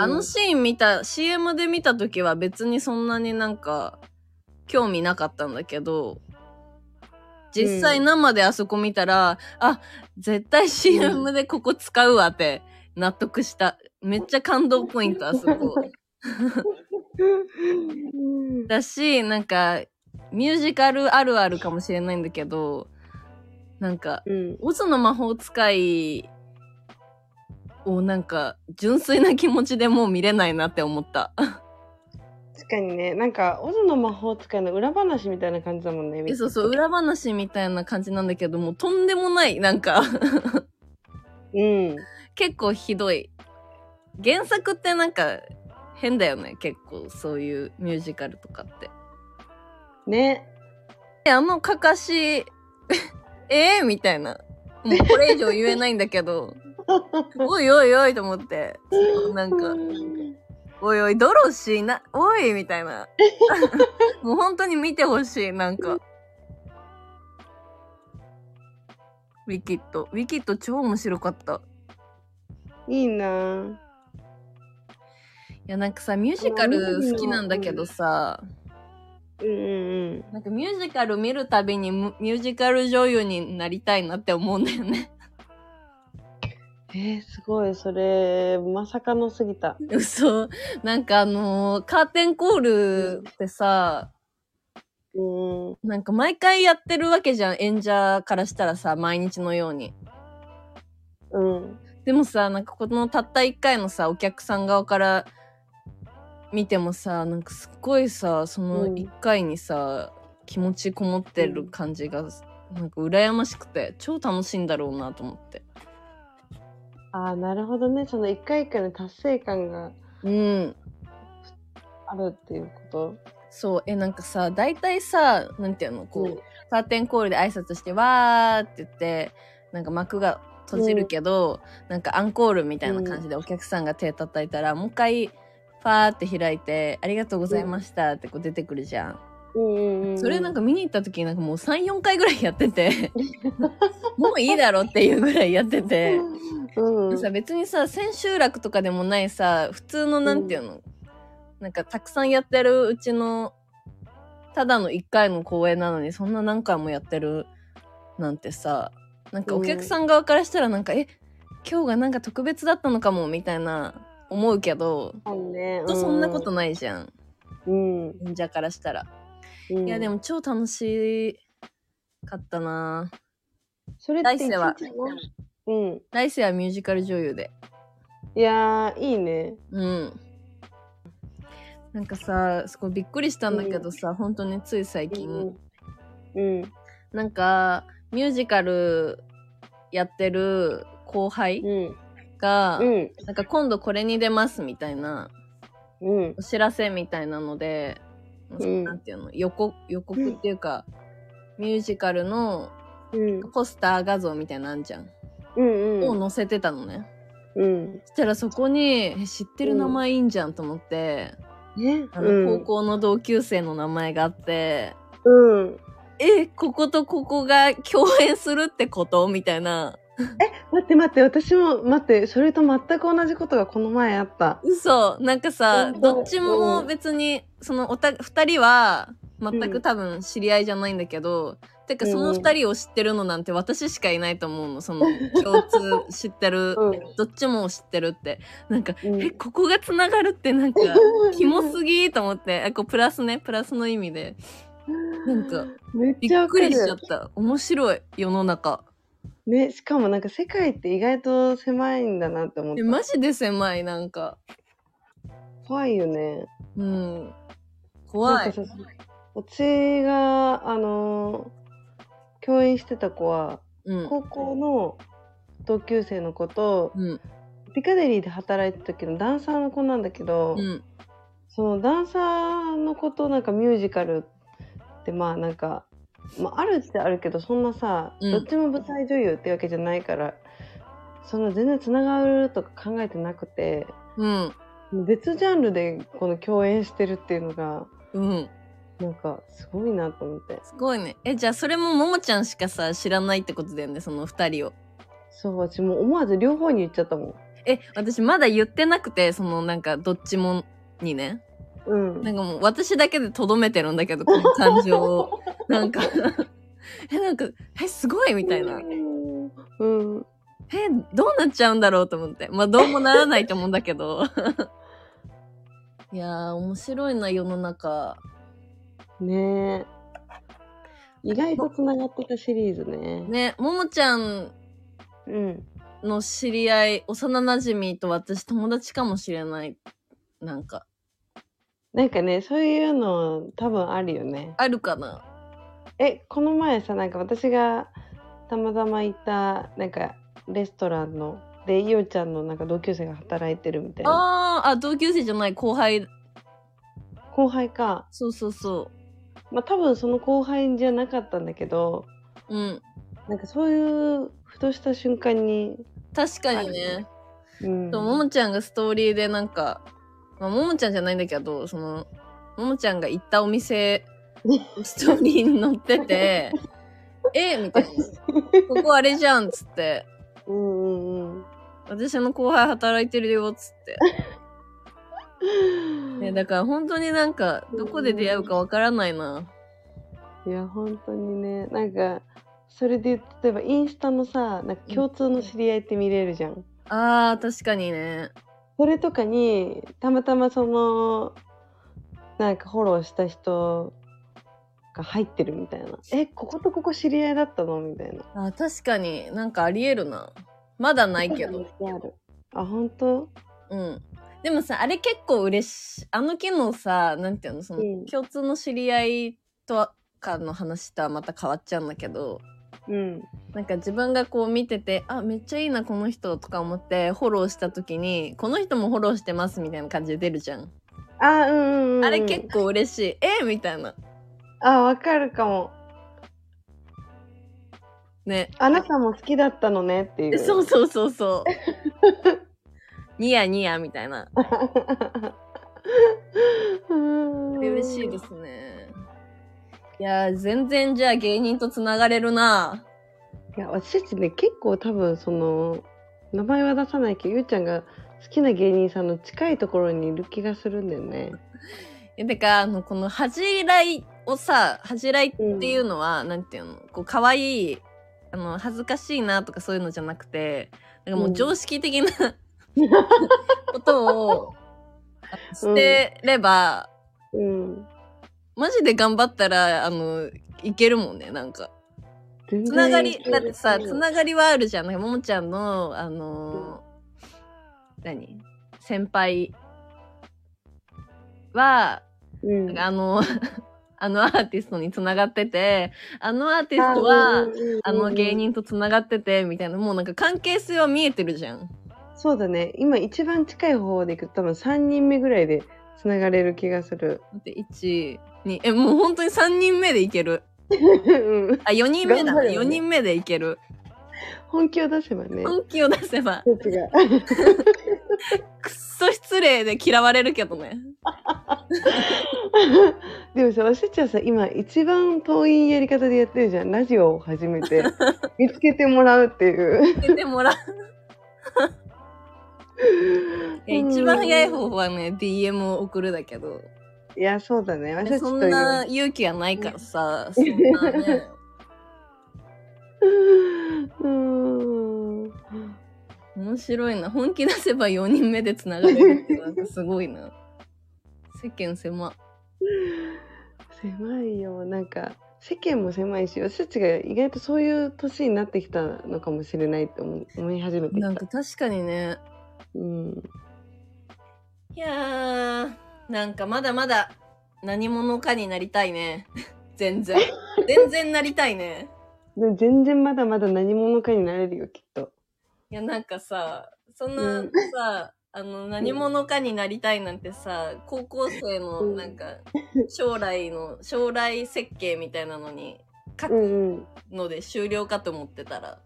Speaker 2: あのシーン見た CM で見た時は別にそんなになんか興味なかったんだけど実際
Speaker 1: うん
Speaker 2: 生であそこ見たら、あ絶対 CM でここ使うわって納得しためっちゃ感動ポイ
Speaker 1: <laughs>
Speaker 2: ントあそこ。だしなんかミュージカルあるあるかもしれないんだけど、なんか、
Speaker 1: うん。
Speaker 2: オズの魔法使いをなんか、純粋な気持ちでもう見れないなって思った。
Speaker 1: 確かにね、なんか、オズの魔法使いの裏話みたいな感じだもんね。
Speaker 2: えそうそう、裏話みたいな感じなんだけど、もうとんでもない、なんか、 <laughs>
Speaker 1: うん。
Speaker 2: 結構ひどい。原作ってなんか、変だよね、結構、そういうミュージカルとかって。
Speaker 1: ね。
Speaker 2: えあのかかし <laughs> えー、みたいなもうこれ以上言えないんだ
Speaker 1: <laughs>
Speaker 2: けどおいおいおいと思ってなんか
Speaker 1: うん
Speaker 2: おいおいドロシーなおいみたいなもう本当に見てほしいなんかウィキッドウィキッド超面白かった
Speaker 1: いいなぁ
Speaker 2: いやなんかさミュージカル好きなんだけどさ、
Speaker 1: うんうん
Speaker 2: なんかミュージカル見るたびにむミュージカル女優になりたいなって思うんだよね <laughs>
Speaker 1: うん。えー、すごい、それ、まさかのすぎた。
Speaker 2: 嘘なんかあのーカーテンコールってさ、
Speaker 1: うん。
Speaker 2: なんか毎回やってるわけじゃん、演者からしたらさ、毎日のように。
Speaker 1: うん。
Speaker 2: でもさ、なんかこのたった一回のさ、お客さん側から見てもさ、なんかすっごいさ、その一回にさ、気持ちこもってる感じが、なんか羨ましくて、超楽しいんだろうなと思って。
Speaker 1: ああ、なるほどね。その一回一回の達成感が
Speaker 2: うん。
Speaker 1: あるっていうこと。
Speaker 2: そう、え、なんかさ、大体さ、なんていうの、こう、
Speaker 1: うん
Speaker 2: カーテンコールで挨拶して、わーって言って、なんか幕が閉じるけど、なんかアンコールみたいな感じでお客さんが手叩いたら、もう一回、ファーって開いて、ありがとうございましたってこう出てくるじゃん。
Speaker 1: うんうんうん。
Speaker 2: それなんか見に行った時になんかもう3、4回ぐらいやってて、 <laughs> もういいだろっていうぐらいやってて。
Speaker 1: うん。
Speaker 2: でさ別にさ千秋楽とかでもないさ普通のなんていうの、なんかたくさんやってるうちのただの1回の公演なのにそんな何回もやってるなんてさなんかお客さん側からしたらなんか、え今日がなんか特別だったのかもみたいな思うけど
Speaker 1: ね
Speaker 2: ほんとそんなことないじゃん
Speaker 1: うん。うん
Speaker 2: 演者からしたら、
Speaker 1: うん
Speaker 2: いやでも超楽しかったな
Speaker 1: それって
Speaker 2: 来世は
Speaker 1: 一日のうん。
Speaker 2: 来世はミュージカル女優で
Speaker 1: いやー、いいね。
Speaker 2: うん。なんかさ、すごいびっくりしたんだけどさ、本当につい最近、
Speaker 1: うん。
Speaker 2: なんかミュージカルやってる後輩
Speaker 1: うん。
Speaker 2: が、
Speaker 1: うん。
Speaker 2: なんか今度これに出ますみたいな
Speaker 1: うん。
Speaker 2: お知らせみたいなので、
Speaker 1: ん
Speaker 2: なんていうの予告予告っていうか、ミュージカルの
Speaker 1: うん。
Speaker 2: ポスター画像みたいなのあんじゃん、
Speaker 1: うん。うん。
Speaker 2: を載せてたのね
Speaker 1: うん。
Speaker 2: そしたらそこにえ知ってる名前いいんじゃんと思って、
Speaker 1: ね。
Speaker 2: あの高校の同級生の名前があって、
Speaker 1: うん。
Speaker 2: え、こことここが共演するってことみたいな。
Speaker 1: 待って待って、私も待って、それと全く同じことがこの前あった。
Speaker 2: 嘘。なんかさ、
Speaker 1: うん
Speaker 2: どっちも別に、そのおた、二人は全
Speaker 1: う
Speaker 2: く
Speaker 1: ん
Speaker 2: 多分知り合いじゃないんだけど、てか
Speaker 1: うん
Speaker 2: その二人を知ってるのなんて私しかいないと思うの。その共通知ってる、
Speaker 1: <laughs> うん。
Speaker 2: どっちも知ってるって。なんか、
Speaker 1: うん
Speaker 2: え、ここが繋がるっ
Speaker 1: <laughs>
Speaker 2: てなんか、キモすぎと思って、あこうプラスね、プラスの意味で。なんか、
Speaker 1: めっ
Speaker 2: び
Speaker 1: ちゃ
Speaker 2: っ
Speaker 1: わか
Speaker 2: く
Speaker 1: る
Speaker 2: りしちゃった。面白い、世の中。
Speaker 1: ね、しかもなんか世界って意外と狭いんだなって思っ
Speaker 2: え、
Speaker 1: て。
Speaker 2: マジで狭い、なんか。
Speaker 1: 怖いよね。
Speaker 2: うん。
Speaker 1: な
Speaker 2: 怖
Speaker 1: ん
Speaker 2: い
Speaker 1: か。さ、私が、あのー、共演してた子は、
Speaker 2: うん。
Speaker 1: 高校の同級生の子と、
Speaker 2: うん。
Speaker 1: ピカデリーで働いてた時のダンサーの子なんだけど、
Speaker 2: うん。
Speaker 1: そのダンサーの子となんかミュージカルってまあなんか、まあ、あるってあるけどそんなさ、
Speaker 2: うん
Speaker 1: どっちも舞台女優ってわけじゃないからその全然つながるとか考えてなくて
Speaker 2: うん。
Speaker 1: 別ジャンルでこの共演してるっていうのが
Speaker 2: うん。
Speaker 1: なんかすごいなと思って
Speaker 2: すごいね。え、じゃあそれもももちゃんしかさ、知らないってことだよね、その二人を。
Speaker 1: そう私もう思わず両方に言っちゃったもん。
Speaker 2: え、私まだ言ってなくて、そのなんかどっちもにね。
Speaker 1: うん、
Speaker 2: なんかもう私だけでとどめてるんだけど、この感情
Speaker 1: <laughs>
Speaker 2: を。なんか。 <laughs> え、なんか、え、すごいみたい
Speaker 1: う
Speaker 2: な。
Speaker 1: ん、
Speaker 2: え、どうなっちゃうんだろうと思って。まあ、どうもならないと思うんだ
Speaker 1: <laughs>
Speaker 2: けど。いやー、面白いな、世の中。
Speaker 1: ねえ意外と繋がってたシリーズね。
Speaker 2: ね、ももちゃん
Speaker 1: うん。
Speaker 2: の知り合い、幼馴染と私友達かもしれない。なんか、
Speaker 1: なんかね、そういうの多分あるよね。
Speaker 2: あるかな
Speaker 1: え、この前さ、なんか私がたまたま行った、なんかレストランの、で、いおちゃんのなんか同級生が働いてるみたいな。
Speaker 2: あーあ、同級生じゃない後輩。
Speaker 1: 後輩か。
Speaker 2: そうそうそ
Speaker 1: まあ多分その後輩じゃなかったんだけど、
Speaker 2: う。うん。
Speaker 1: なんかそういうふとした瞬間に、
Speaker 2: 確かに
Speaker 1: ある
Speaker 2: ね。
Speaker 1: うん。
Speaker 2: そうももちゃんがストーリーでなんか、まあ、ももちゃんじゃないんだけどそのももちゃんが行ったお
Speaker 1: <laughs>
Speaker 2: 店ストーリーに載ってて <laughs> 「えみたいな「ここあれじゃん」っつって
Speaker 1: うんうんうん。
Speaker 2: 「私の後輩働いてるよ」っつって、ね、だから本当になんかどこで出会うかわからないない
Speaker 1: や本当にねなんかそれで言うと例えばインスタのさなんか共通の知り合いって見れるじゃん。
Speaker 2: あー確かにね
Speaker 1: それとかにたまたまそのなんかフォローした人が入ってるみたいな「えこことここ知り合いだったの?」みたいな。
Speaker 2: あー確かになんかありえるなまだない
Speaker 1: <laughs>
Speaker 2: けど
Speaker 1: あるあ本当
Speaker 2: うんでもさあれ結構嬉しいあの機能さなんていうのその、
Speaker 1: うん
Speaker 2: 共通の知り合いとかの話とはまた変わっちゃうんだけど
Speaker 1: うん
Speaker 2: なんか自分がこう見ててあめっちゃいいなこの人とか思ってフォローした時にこの人もフォローしてますみたいな感じで出るじゃん、
Speaker 1: あうんうん、うん、
Speaker 2: あれ結構嬉しいえみたいな
Speaker 1: あわかるかも
Speaker 2: ね
Speaker 1: あなたも好きだったのねっていう
Speaker 2: そうそうそ
Speaker 1: <laughs>
Speaker 2: うそうニヤニヤみたいな
Speaker 1: うん <laughs>
Speaker 2: 嬉しいですねいやー全然じゃあ芸人とつながれるない
Speaker 1: や私たちね結構多分その名前は出さないけどゆうちゃんが好きな芸人さんの近いところにいる気がするんだよね。
Speaker 2: えてかあのこの恥じらいをさ恥じらいっていうのは、なんていうのこう可愛いあの恥ずかしいなとかそういうのじゃなくてなんかもううん常識 <laughs> 的なことをあのしてれば、
Speaker 1: うん、
Speaker 2: マジで頑張ったらあのいけるもんねなんか
Speaker 1: 全然
Speaker 2: つながりだってさ
Speaker 1: うん
Speaker 2: つながりはあるじゃんなんかももちゃんのあのー何先輩は
Speaker 1: うん
Speaker 2: なんかあの、 <laughs> あのアーティストにつながってて、あのアーティストは、あの芸。
Speaker 1: うんうんうんうん
Speaker 2: 人とつながってて、みたいな、もうなんか関係性は見えてるじゃん。
Speaker 1: そうだね今一番近い方でいくと多分3人目ぐらいでつながれる気がする。 <laughs>
Speaker 2: だって、1、2、え、もう本当に3人目でいける。
Speaker 1: うん
Speaker 2: あ、4人目だ
Speaker 1: 頑
Speaker 2: な、
Speaker 1: 張るよ
Speaker 2: 4
Speaker 1: ね
Speaker 2: 人目でいける。
Speaker 1: 本気を出せばね。
Speaker 2: 本気を出せば、
Speaker 1: どっちが <laughs>
Speaker 2: くっそ失礼で嫌われるけどね。
Speaker 1: でもさ私たちはさ今一番遠いやり方でやってるじゃんラジオを始め
Speaker 2: <laughs>
Speaker 1: て見つけてもらうっていう。
Speaker 2: 出てもらう。
Speaker 1: うん
Speaker 2: いや一番早い方法はね、DM を送るだけど、
Speaker 1: いやそうだね私たち
Speaker 2: そ
Speaker 1: と
Speaker 2: ん
Speaker 1: いう
Speaker 2: な勇気はないからさ、そんなね。
Speaker 1: <laughs> うーん
Speaker 2: 面白いな本気出せば4人目でつながれるってなんかすごい
Speaker 1: <laughs>
Speaker 2: な世間狭
Speaker 1: 狭いよなんか世間も狭いし私たちが意外とそういう年になってきたのかもしれないって思い思い始めてき
Speaker 2: なん
Speaker 1: た
Speaker 2: か確かにね
Speaker 1: うん
Speaker 2: いやーなんかまだまだ何者かになりたいね
Speaker 1: <laughs>
Speaker 2: 全然全然なりたいね
Speaker 1: でも全然まだまだ何者かになれるよきっと
Speaker 2: いやなんかさそん
Speaker 1: う
Speaker 2: なんさ、あの何者かになりたいなんてさ高校生の
Speaker 1: うん
Speaker 2: なんか将来の将来設計みたいなのに書
Speaker 1: う
Speaker 2: く
Speaker 1: ん
Speaker 2: ので終了かと思ってたら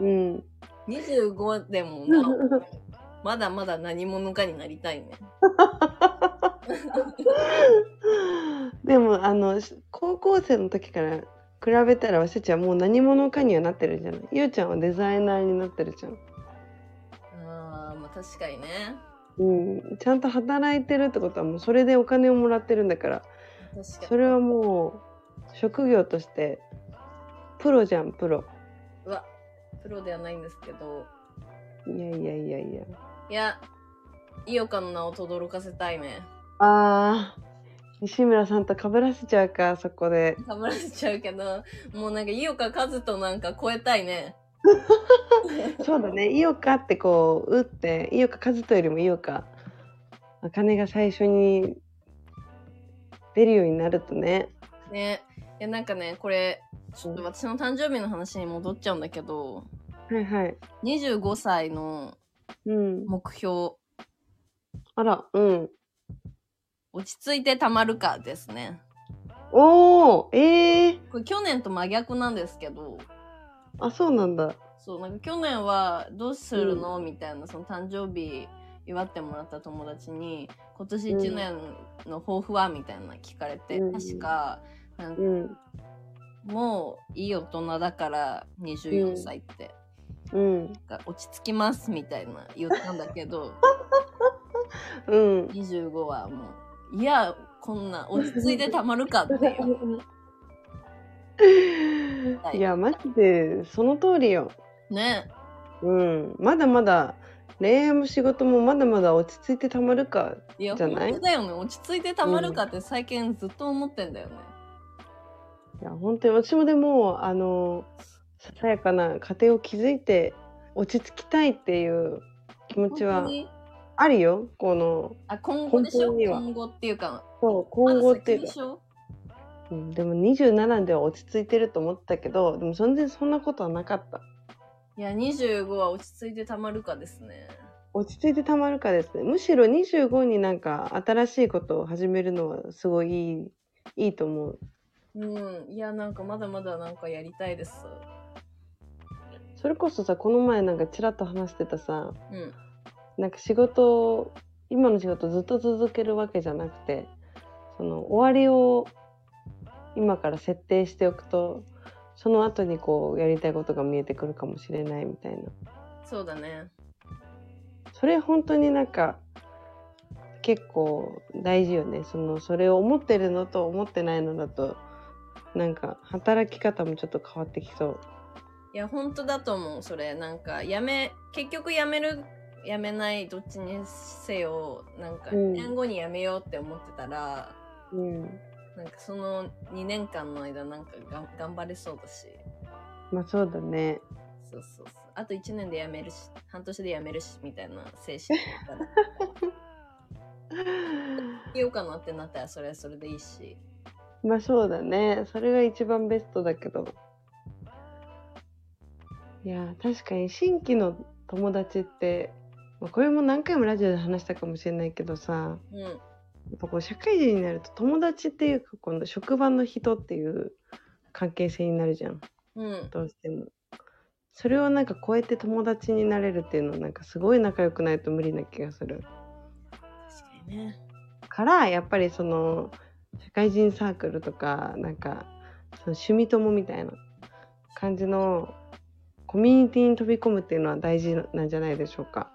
Speaker 1: うん <laughs> うん
Speaker 2: 25でもなお
Speaker 1: <laughs>
Speaker 2: まだまだ何者かになりたいね。
Speaker 1: でもあのし高校生の時から比べたら私たちはもう何者かにはなってるじゃないゆうちゃんはデザイナーになってるじゃん
Speaker 2: あーまあ確かにね。
Speaker 1: うん、ちゃんと働いてるってことはもうそれでお金をもらってるんだから
Speaker 2: 確かに。
Speaker 1: それはもう職業としてプロじゃんプロ
Speaker 2: うわプロではないんですけど
Speaker 1: いやいやいやいや
Speaker 2: いや井岡の名を轟かせたいね。
Speaker 1: あ西村さんと被らせちゃうか、そこ <laughs> で。
Speaker 2: かぶらせちゃうけど、もうなんか、井岡和となんか超えたいね。
Speaker 1: そうだね、井岡ってこう、打って、井岡和人よりも井岡、あかねが最初に出るようになるとね。
Speaker 2: ね。いや、なんかね、これ、ちょっと私の誕生日の話に戻っちゃうんだけど、
Speaker 1: はいはい。
Speaker 2: 25歳の
Speaker 1: うん。
Speaker 2: 目標、
Speaker 1: あら、うん。
Speaker 2: 落ち着いてたまるかですね。
Speaker 1: おーええー、
Speaker 2: これ去年と真逆なんですけど、
Speaker 1: あ、そうなんだ。
Speaker 2: そう、なんか去年はどうするの、みたいな、その誕生日祝ってもらった友達に、今年1年の抱負はみたいな聞かれて、
Speaker 1: うん
Speaker 2: 確か、なんか
Speaker 1: うん。
Speaker 2: もういい大人だから24歳って、
Speaker 1: うん。
Speaker 2: が落ち着きますみたいな言ったんだけ
Speaker 1: <laughs>
Speaker 2: ど、
Speaker 1: うん。
Speaker 2: 25はもう、いや、こんな落ち着いてたまるかって
Speaker 1: <laughs>
Speaker 2: いう。
Speaker 1: いや、マジで、その通りよ。
Speaker 2: ね。
Speaker 1: うん。まだまだ、恋愛も仕事もまだまだ落ち着いてたまるか。
Speaker 2: いや、
Speaker 1: じゃ
Speaker 2: 本
Speaker 1: ない
Speaker 2: 当だよね。落ち着いてたまるかって最近ずっと思ってんだよね。
Speaker 1: いや、本当に私もでも、あの、ささやかな家庭を築いて、落ち着きたいっていう気持ち
Speaker 2: 本
Speaker 1: は
Speaker 2: 当に
Speaker 1: あるよ。この、
Speaker 2: あ、今後でし
Speaker 1: 根
Speaker 2: ょ
Speaker 1: 本には
Speaker 2: 今後っていうか、
Speaker 1: そう、今後ってい
Speaker 2: まだ先
Speaker 1: う
Speaker 2: で
Speaker 1: か。
Speaker 2: しょ
Speaker 1: うん、でも27では落ち着いてると思ったけど、でも全然そんなことはなかった。
Speaker 2: いや、25は落ち着いてたまるかですね。
Speaker 1: 落ち着いてたまるかですねむしろ25になんか新しいことを始めるのはすごいいいいいと思う
Speaker 2: うん。いや、なんかまだまだなんかやりたいです。
Speaker 1: それこそさこの前なんかちらっと話してたさ
Speaker 2: うん。
Speaker 1: なんか仕事を今の仕事ずっと続けるわけじゃなくてその終わりを今から設定しておくとその後にこうやりたいことが見えてくるかもしれないみたいな
Speaker 2: そうだね。
Speaker 1: それ本当になんか結構大事よねそのそれを思ってるのと思ってないのだとなんか働き方もちょっと変わってきそう
Speaker 2: いや、本当だと思う、それ。なんか、やめ、結局やめる、やめない、どっちにせよ、なんか、
Speaker 1: うん
Speaker 2: 2年後にやめようって思ってたら、
Speaker 1: うん
Speaker 2: なんかその2年間の間、なんかがん頑張れそうだし。
Speaker 1: まあそうだ <laughs> ね
Speaker 2: そうそうそう。あと1年でやめるし、半年でやめるし、みたいな精神だったら。いようかなってなったら、それはそれでいいし。
Speaker 1: まあそうだねそれが一番ベストだけどいやー確かに新規の友達って、まあ、これも何回もラジオで話したかもしれないけどさ
Speaker 2: うん。
Speaker 1: やっぱこう社会人になると友達っていうか今度職場の人っていう関係性になるじゃん
Speaker 2: うん。
Speaker 1: どうしてもそれをなんか超えて友達になれるっていうのはなんかすごい仲良くないと無理な気がする
Speaker 2: 確かにね。
Speaker 1: からやっぱりその社会人サークルとかなんかその趣味友みたいな感じのコミュニティに飛び込むっていうのは大事なんじゃないでしょうか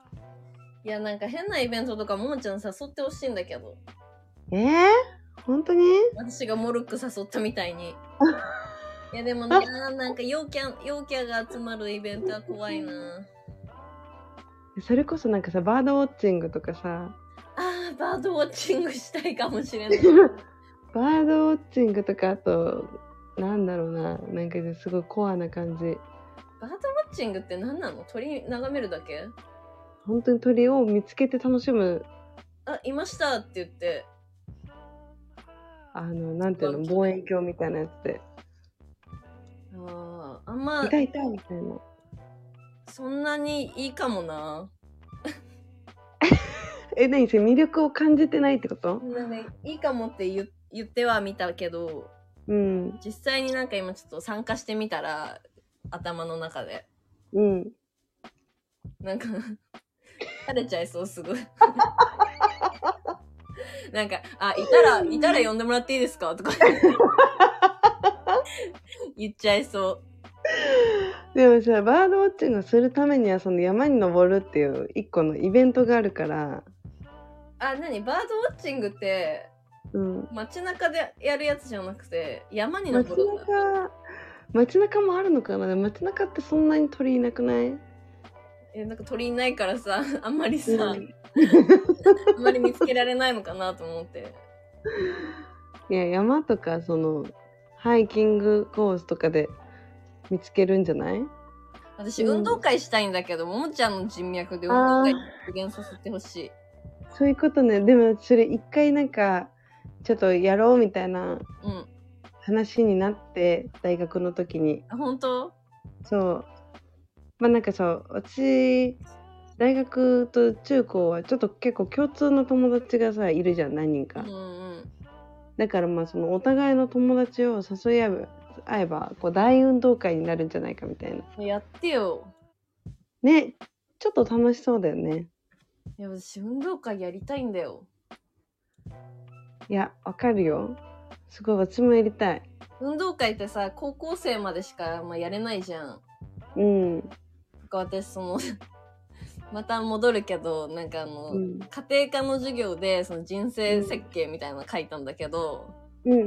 Speaker 2: いや、なんか変なイベントとか、ももちゃん誘ってほしいんだけど。
Speaker 1: えー、本当に
Speaker 2: 私がモルック誘ったみたいに。いやでもな、なんか陽キャ、陽キャが集まるイベントは怖いな。
Speaker 1: それこそなんかさバードウォッチングとかさ
Speaker 2: あー、バードウォッチングしたいかもしれない。
Speaker 1: バードウォッチングとかあとなんだろうななんかねすごいコアな感じ
Speaker 2: バードウォッチングって何なの鳥眺めるだけ
Speaker 1: 本当に鳥を見つけて楽しむ
Speaker 2: あ、いましたって言って。
Speaker 1: あのなんていうの
Speaker 2: そう
Speaker 1: 望遠鏡みたいなやつで
Speaker 2: あーあんま
Speaker 1: い、たいたみたいな
Speaker 2: そんなにいいかもな。
Speaker 1: え何それ魅力を感じてないってこと
Speaker 2: なんか、いいかもって言言ってはみたけど、
Speaker 1: うん
Speaker 2: 実際になんか今ちょっと参加してみたら、頭の中で。
Speaker 1: うん
Speaker 2: なんか、疲れちゃいそう、すごい。 <laughs> なんか、あ、いたら、いたら呼んでもらっていいですか <laughs> とか言っちゃいそ
Speaker 1: でもさバードウォッチングをするためにはその山に登るっていう一個のイベントがあるから
Speaker 2: う。あ、なにバードウォッチングって、
Speaker 1: うん
Speaker 2: 街中でやるやつじゃなくて、山に
Speaker 1: 街
Speaker 2: 登るんだ。
Speaker 1: 中街中もあるのかなでも街中ってそんなに鳥いなくない
Speaker 2: え、なんか鳥いないからさ、 <laughs> あんまりさ、
Speaker 1: うん
Speaker 2: あんまり見つけられないのかなと思って。
Speaker 1: いや、山とか、その、ハイキングコースとかで見つけるんじゃない
Speaker 2: 私、
Speaker 1: うん
Speaker 2: 運動会したいんだけど、ももちゃんの人脈で運動会実現させてほしい。
Speaker 1: そういうことね。でも、それ一回なんか、ちょっとやろうみたいな
Speaker 2: うん。
Speaker 1: 話になって、大学の時に。
Speaker 2: あ、本当
Speaker 1: そう。まあなんかそう、私、大学と中高はちょっと結構共通の友達がさ、いるじゃん、何人
Speaker 2: う
Speaker 1: か。
Speaker 2: んうん。
Speaker 1: だからまあそのお互いの友達を誘い合えば会えばこう大運動会になるんじゃないかみたいな
Speaker 2: やってよ。
Speaker 1: ねちょっと楽しそうだよね
Speaker 2: いや、私、運動会やりたいんだよ。
Speaker 1: いやわかるよすごい私もやりたい
Speaker 2: 運動会ってさ、高校生までしか、まあ、やれないじゃん。
Speaker 1: うん、
Speaker 2: なんか私、その、 <laughs> また戻るけど、なんかあの、
Speaker 1: うん、
Speaker 2: 家庭科の授業で、その人生設計みたいなの書いたんだけど、
Speaker 1: うんうんう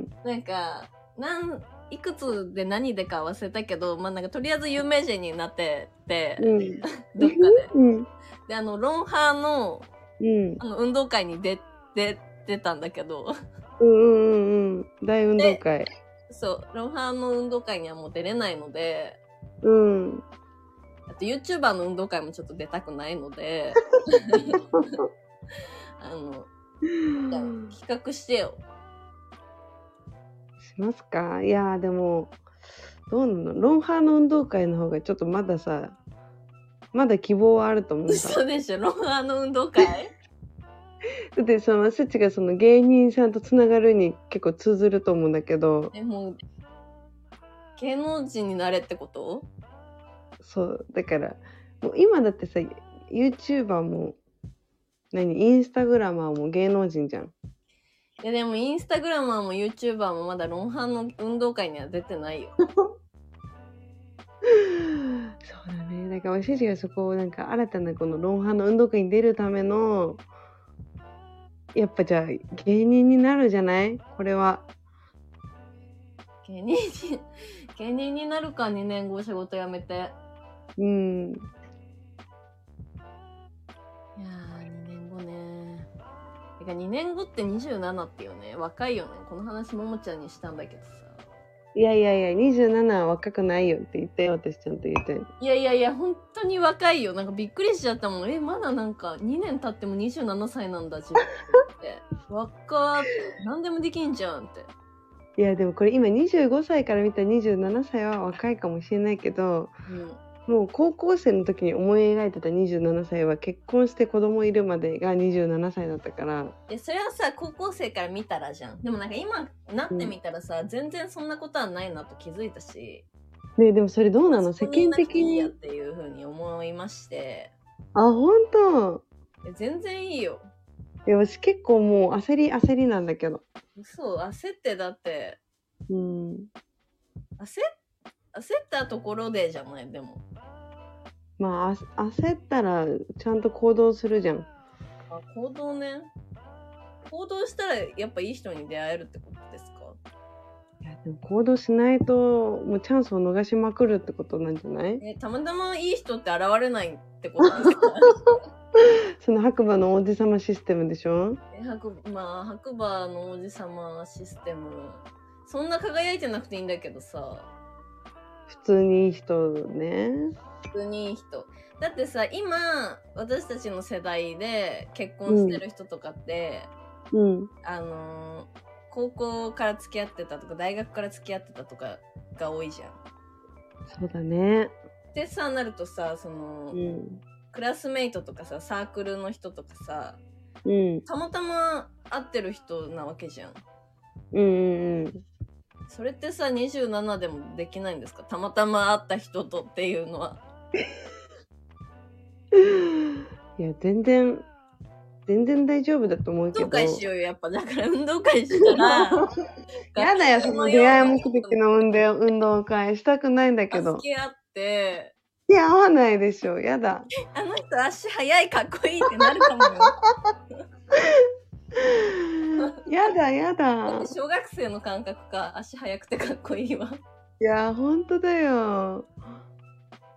Speaker 1: ん
Speaker 2: なんか、なん、いくつで何でか忘れたけど、まあ、なんかとりあえず有名人になってて、
Speaker 1: うん
Speaker 2: どっかで。
Speaker 1: うん
Speaker 2: で、あの、ロンハーの、
Speaker 1: うん
Speaker 2: あの、運動会に出、出、出たんだけど、
Speaker 1: うんうんうん大運動会
Speaker 2: そう、ロンハーの運動会にはもう出れないので、
Speaker 1: うん
Speaker 2: あと YouTuber の運動会もちょっと出たくないので、あの、じゃあ企画してよ。
Speaker 1: しますかいやーでもどうなのロンハーの運動会の方がちょっとまださまだ希望はあると思うんだ
Speaker 2: 嘘でしょ、ロンハーの運動会
Speaker 1: だってそのスッチがその芸人さんとつながるに結構通ずると思うんだけど
Speaker 2: え、もう、芸能人になれってこと
Speaker 1: そうだからもう今だってさ YouTuber も何インスタグラマーも芸能人じゃん
Speaker 2: いやでもインスタグラマーも YouTuber もまだロンハーの運動会には出てないよ。
Speaker 1: <laughs> そうだねだからスッチがそこをなんか新たなこのロンハーの運動会に出るためのやっぱじゃあ芸人になるじゃないこれは
Speaker 2: 芸人に、芸人になるか2年後仕事辞めて。いや
Speaker 1: うんね
Speaker 2: ー、2年後ね。てか2年後って27ってよね。若いよね。この話ももちゃんにしたんだけどさ。
Speaker 1: いやいやいや27は若くないよって言ったよ私ちゃんと言ったよ
Speaker 2: いやいやいや、本当に若いよ。なんかびっくりしちゃったもん。え、まだなんか2年経っても27歳なんだ、自分って。若ーって。何でもできんじゃんって。
Speaker 1: いやでもこれ今25歳から見た27歳は若いかもしれないけど
Speaker 2: うん。
Speaker 1: もう高校生の時に思い描いてた27歳は結婚して子供いるまでが27歳だったから
Speaker 2: でそれはさ高校生から見たらじゃんでもなんか今なってみたらさ、全然そんなことはないなと気づいたし
Speaker 1: ねえでもそれどうなの
Speaker 2: そ
Speaker 1: 世
Speaker 2: こに
Speaker 1: 間
Speaker 2: いなくて
Speaker 1: 的
Speaker 2: いい
Speaker 1: に
Speaker 2: やっ
Speaker 1: あ
Speaker 2: ていうふうに思いまして
Speaker 1: 本当
Speaker 2: いや全然いいよ
Speaker 1: いや私結構もう焦り焦りなんだけど
Speaker 2: そう焦ってだって
Speaker 1: うん
Speaker 2: 焦っ焦ったところでじゃないでも
Speaker 1: まああ焦ったらちゃんと行動するじゃん
Speaker 2: あ行動ね行動したらやっぱいい人に出会えるってことですか
Speaker 1: いやでも行動しないともうチャンスを逃しまくるってことなんじゃない
Speaker 2: えたまたまいい人って現れないってことですか
Speaker 1: その白馬の王子様システムでしょ
Speaker 2: え白まあ白馬の王子様システムそんな輝いてなくていいんだけどさ
Speaker 1: 普通にいい人ね
Speaker 2: 普通にいい人だってさ今私たちの世代で結婚してる人とかって、
Speaker 1: うん
Speaker 2: あのー高校から付き合ってたとか大学から付き合ってたとかが多いじゃん。
Speaker 1: そうだね。
Speaker 2: でさなるとさその、
Speaker 1: うん。
Speaker 2: クラスメイトとかさサークルの人とかさ
Speaker 1: うん。
Speaker 2: たまたま会ってる人なわけじゃん。
Speaker 1: うんうんうん。
Speaker 2: それってさ27でもできないんですかたまたま会った人とっていうのはい
Speaker 1: や、全然、全然大丈夫だと思う
Speaker 2: 運
Speaker 1: け
Speaker 2: 動
Speaker 1: ど。
Speaker 2: 会しようよやっぱだから運動会したら
Speaker 1: <laughs> やだよ、その出会い目的の運動運動会したくないんだけど
Speaker 2: 付。き合って
Speaker 1: いや、合わないでしょ。や
Speaker 2: <laughs>
Speaker 1: だ。
Speaker 2: あの人足速いかっこいいってなるかもよ <laughs>
Speaker 1: やだ、や
Speaker 2: だ
Speaker 1: だ
Speaker 2: って。小学生の感覚か足速くてかっこいいわ
Speaker 1: いや、ほんとだよ。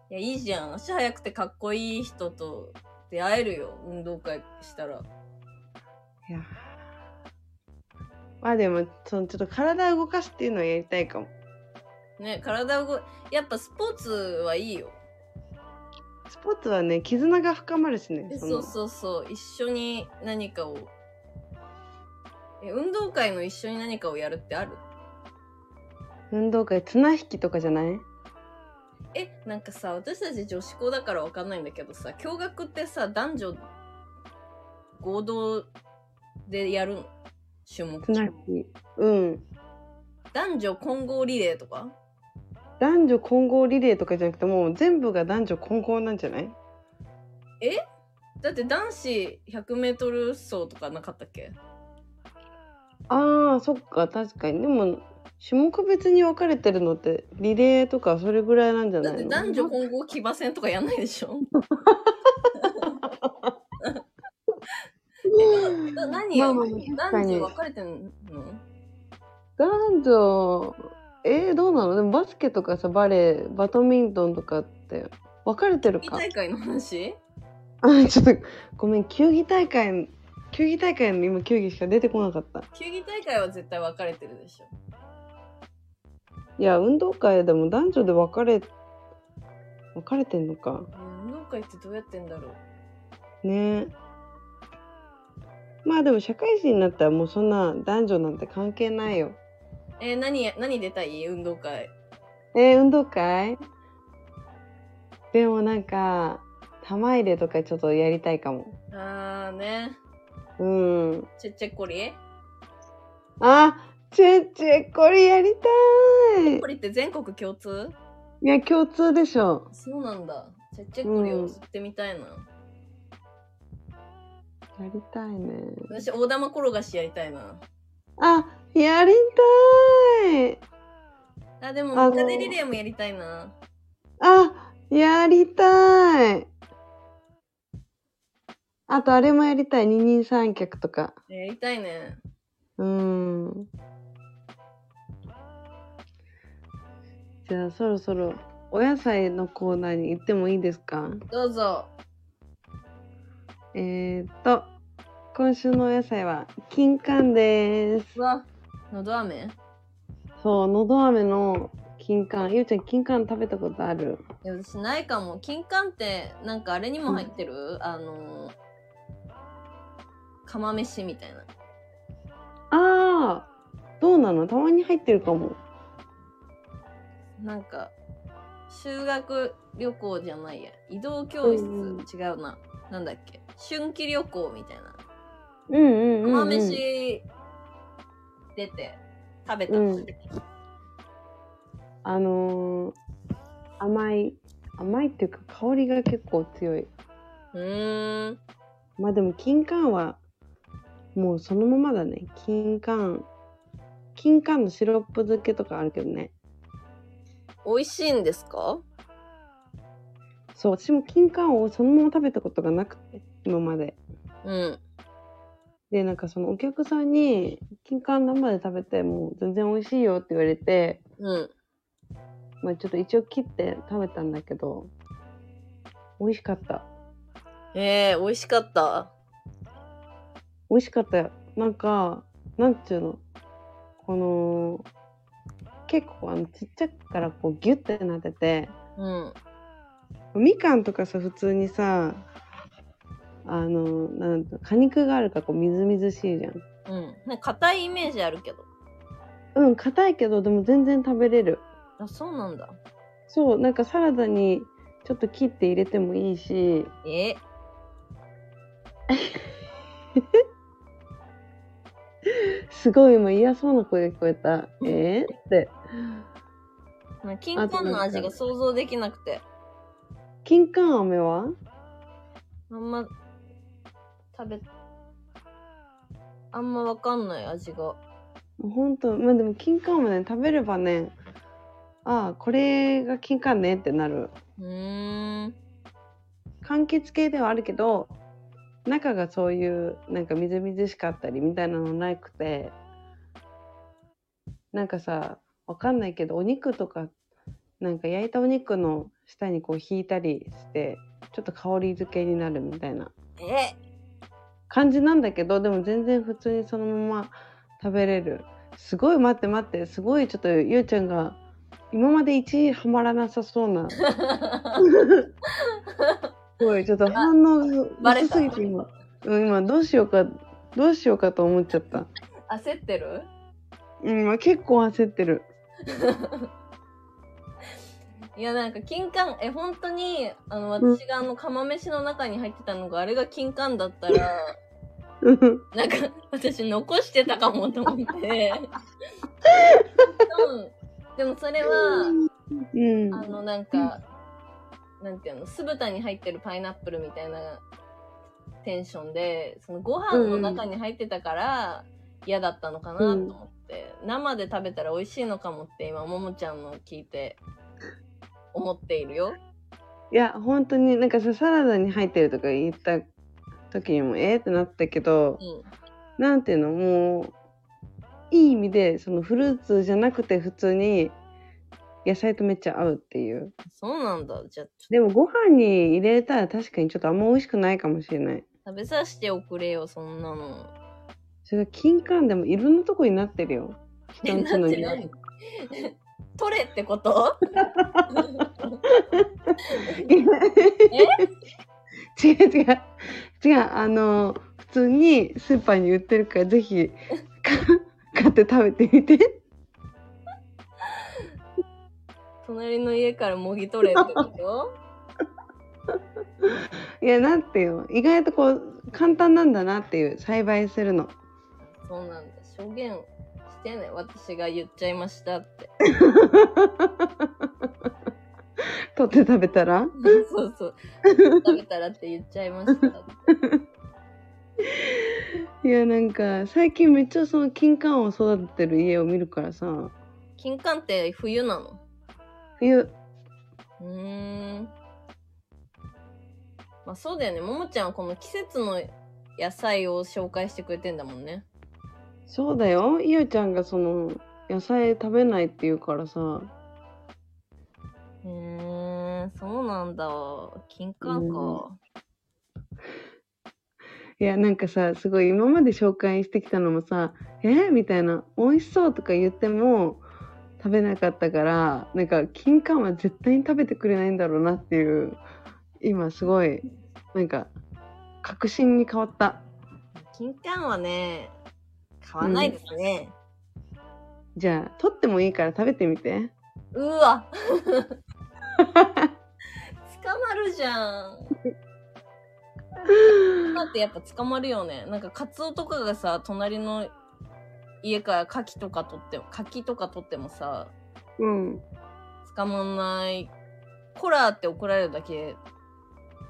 Speaker 2: いやいいじゃん足速くてかっこいい人と出会えるよ運動会したら
Speaker 1: いや、まあでもそのちょっと体を動かすっていうのはやりたいかも
Speaker 2: ね体を動やっぱスポーツはいいよ
Speaker 1: スポーツはね絆が深まるしね
Speaker 2: え
Speaker 1: の
Speaker 2: そうそうそう一緒に何かをえ運動会の一緒に何かをやるってある
Speaker 1: 運動会綱引きとかじゃない
Speaker 2: えなんかさ私たち女子校だからわかんないんだけどさ共学ってさ男女合同でやるの種目
Speaker 1: 綱引きうん
Speaker 2: 男女混合リレーとか
Speaker 1: 男女混合リレーとかじゃなくてもう全部が男女混合なんじゃない
Speaker 2: だって男子 100m 走とかなかったっけ
Speaker 1: ああそっか確かにでも種目別に分かれてるのってリレーとかそれぐらいなんじゃ
Speaker 2: だ
Speaker 1: ない
Speaker 2: って
Speaker 1: の
Speaker 2: 男女混合騎馬戦とかやんないでしょえな何
Speaker 1: ま
Speaker 2: よ、
Speaker 1: あまあ
Speaker 2: 男女分かれてんの
Speaker 1: 男女えー、どうなのでもバスケとかさバレーバドミントンとかって分かれてる
Speaker 2: 議
Speaker 1: か
Speaker 2: 大会の話
Speaker 1: あ <laughs> ちょっとごめん球技大会球技大会の今球技しか出てこなかった
Speaker 2: 球技大会は絶対分かれてるでしょ
Speaker 1: いや運動会でも男女で分かれ分かれてんのか
Speaker 2: え運動会ってどうやってんだろう
Speaker 1: ねえまあでも社会人になったらもうそんな男女なんて関係ないよ
Speaker 2: えー何や何出たい運動会
Speaker 1: えー運動会でもなんか玉入れとかちょっとやりたいかも
Speaker 2: あーね
Speaker 1: うん
Speaker 2: チェッチェッコリ
Speaker 1: あチェチェこれやりたい
Speaker 2: コリって全国共通
Speaker 1: いや共通でしょ
Speaker 2: そうなんだチェッチェッコリを釣ってみたいな、
Speaker 1: やりたいね
Speaker 2: 私大玉転がしやりたいな
Speaker 1: あやりたい
Speaker 2: あでも
Speaker 1: あの
Speaker 2: ムカデリレーもやりたいな
Speaker 1: あやりたいあとあれもやりたい二人三脚とか
Speaker 2: やりたいね
Speaker 1: うん。じゃあそろそろお野菜のコーナーに行ってもいいですか
Speaker 2: どうぞ
Speaker 1: えー、っと今週のお野菜は金柑です。
Speaker 2: うわのど飴
Speaker 1: そうのど飴の金柑ゆうちゃん金柑食べたことある
Speaker 2: いや私ないかも金柑ってなんかあれにも入ってる、あのー釜飯みたいな
Speaker 1: あーどうなのたまに入ってるかも。
Speaker 2: なんか修学旅行じゃないや移動教室、
Speaker 1: うんうん
Speaker 2: 違うななんだっけ春季旅行みたいな
Speaker 1: うんうんうん、うん。
Speaker 2: 釜飯出て食べた、
Speaker 1: うんあのー、甘い甘いっていうか香りが結構強い。
Speaker 2: うーん
Speaker 1: まあでも金柑はもうそのままだね金柑金柑のシロップ漬けとかあるけどね
Speaker 2: 美味しいんですか
Speaker 1: そう私も金柑をそのまま食べたことがなくて今まで
Speaker 2: うん
Speaker 1: でなんかそのお客さんに金柑生で食べてもう全然美味しいよって言われて、
Speaker 2: うん
Speaker 1: まあ、ちょっと一応切って食べたんだけど美味しかった
Speaker 2: えー、美味しかった
Speaker 1: 美味しかったよなんかなんていうのこの結構あのちっちゃくからこうギュッてなってて
Speaker 2: うん
Speaker 1: みかんとかさ普通にさあのなんだ果肉があるからこうみずみずしいじゃん
Speaker 2: うんなんか硬いイメージあるけど
Speaker 1: うん硬いけどでも全然食べれる
Speaker 2: あそうなんだ
Speaker 1: そうなんかサラダにちょっと切って入れてもいいし
Speaker 2: え
Speaker 1: すごい今嫌そうな声が聞こえたえー、って
Speaker 2: ー、金柑の味が想像できなくて
Speaker 1: 金柑飴は
Speaker 2: あんま、食べ、あんまわかんない味が。
Speaker 1: もうほんとまあでも金柑飴ね食べればねああこれが金柑ねってなる
Speaker 2: うーん。
Speaker 1: 柑橘系ではあるけど中がそういうなんかみずみずしかったりみたいなのなくてなんかさわかんないけどお肉とかなんか焼いたお肉の下にこう引いたりしてちょっと香り付けになるみたいな
Speaker 2: え
Speaker 1: 感じなんだけどでも全然普通にそのまま食べれるすごい待って待ってすごいちょっとゆうちゃんが今まで1位はまらなさそう
Speaker 2: <laughs>
Speaker 1: なすごいちょっと反応
Speaker 2: バレ
Speaker 1: 薄
Speaker 2: た
Speaker 1: すぎて今うん今どうしようかどうしようかと思っちゃった
Speaker 2: 焦ってる
Speaker 1: うん今結構焦ってる <laughs>
Speaker 2: いやなんか金柑え本当にあの
Speaker 1: うん
Speaker 2: 私があの釜飯の中に入ってたのがあれが金柑だった <laughs> ら
Speaker 1: うん
Speaker 2: なんか私残してたかもと思って <laughs> うんでもそれは
Speaker 1: うん
Speaker 2: あのなんか、なんていうの酢豚に入ってるパイナップルみたいなテンションでそのご飯の中に入ってたから嫌だったのかなと思って、生で食べたら美味しいのかもって今ももちゃんの聞いて思っているよ。
Speaker 1: いや本当になんかさサラダに入ってるとか言った時にもえー、ってなったけど
Speaker 2: うん
Speaker 1: なんていうのもういい意味でそのフルーツじゃなくて普通に野菜とめっちゃ合うっていう
Speaker 2: そうなんだじゃあちょっ
Speaker 1: でもご飯に入れたら確かにちょっとあんま美味しくないかもしれない
Speaker 2: と食べさせておくれよそんなの。
Speaker 1: それが金柑でもいろんなとこになってるよ
Speaker 2: え
Speaker 1: 人んちの
Speaker 2: <laughs>
Speaker 1: 庭
Speaker 2: なってない取れってこと <laughs>
Speaker 1: <laughs> 違う違う違うあの普通にスーパーに売ってるからぜひか買って食べてみて
Speaker 2: 隣の家からもぎ取れってこと
Speaker 1: いやなんていうの意外とこう簡単なんだなっていう栽培するの
Speaker 2: そうなんだ証言してね私が言っちゃいましたって
Speaker 1: 取って食べたら
Speaker 2: そうそう食べたらって言っちゃいましたって
Speaker 1: いやなんか最近めっちゃその金柑を育ててる家を見るからさ
Speaker 2: 金柑って冬なの
Speaker 1: 冬
Speaker 2: うーんまあそうだよねももちゃんはこの季節の野菜を紹介してくれてんだもんね
Speaker 1: そうだよゆうちゃんがその野菜食べないって言うからさ
Speaker 2: へえそうなんだ金柑か
Speaker 1: いやなんかさすごい今まで紹介してきたのもさ「えみたいな「美味しそう」とか言っても食べなかったからなんか金柑は絶対に食べてくれないんだろうなっていう今すごいなんか確信に変わった
Speaker 2: 金柑はね買わないですね、
Speaker 1: じゃあ取ってもいいから食べてみて
Speaker 2: うわ捕まるじゃんだってやっぱ捕まるよねなんかカツオとかがさ隣の家からカキとか取ってカキとか取ってもさ
Speaker 1: うん
Speaker 2: 捕まんないコラーって怒られるだけ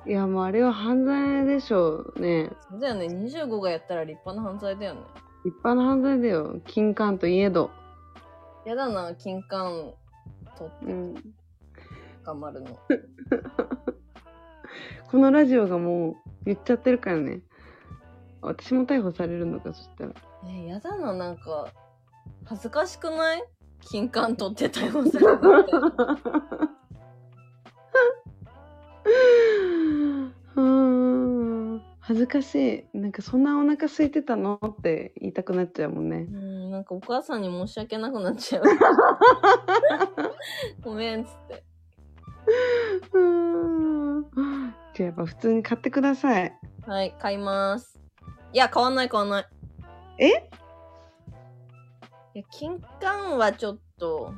Speaker 1: いやもうあれは犯罪でしょうね
Speaker 2: そうだよね25がやったら立派な犯罪だよね
Speaker 1: 立派な犯罪だよ金柑といえど
Speaker 2: やだな金柑取って
Speaker 1: うん
Speaker 2: 捕まるの
Speaker 1: このラジオがもう言っちゃってるからね私も逮捕されるのかそしたら
Speaker 2: えやだななんか恥ずかしくない金柑取って逮捕されるのって
Speaker 1: うーん恥ずかしいなんかそんなお腹空いてたのって言いたくなっちゃうもんね
Speaker 2: うんなんかお母さんに申し訳なくな
Speaker 1: <laughs>
Speaker 2: っちゃうごめんっつって
Speaker 1: うーんじゃあやっぱ普通に買ってください
Speaker 2: はい、買います。いや、買わない買わない。
Speaker 1: え
Speaker 2: いや、金柑はちょっと、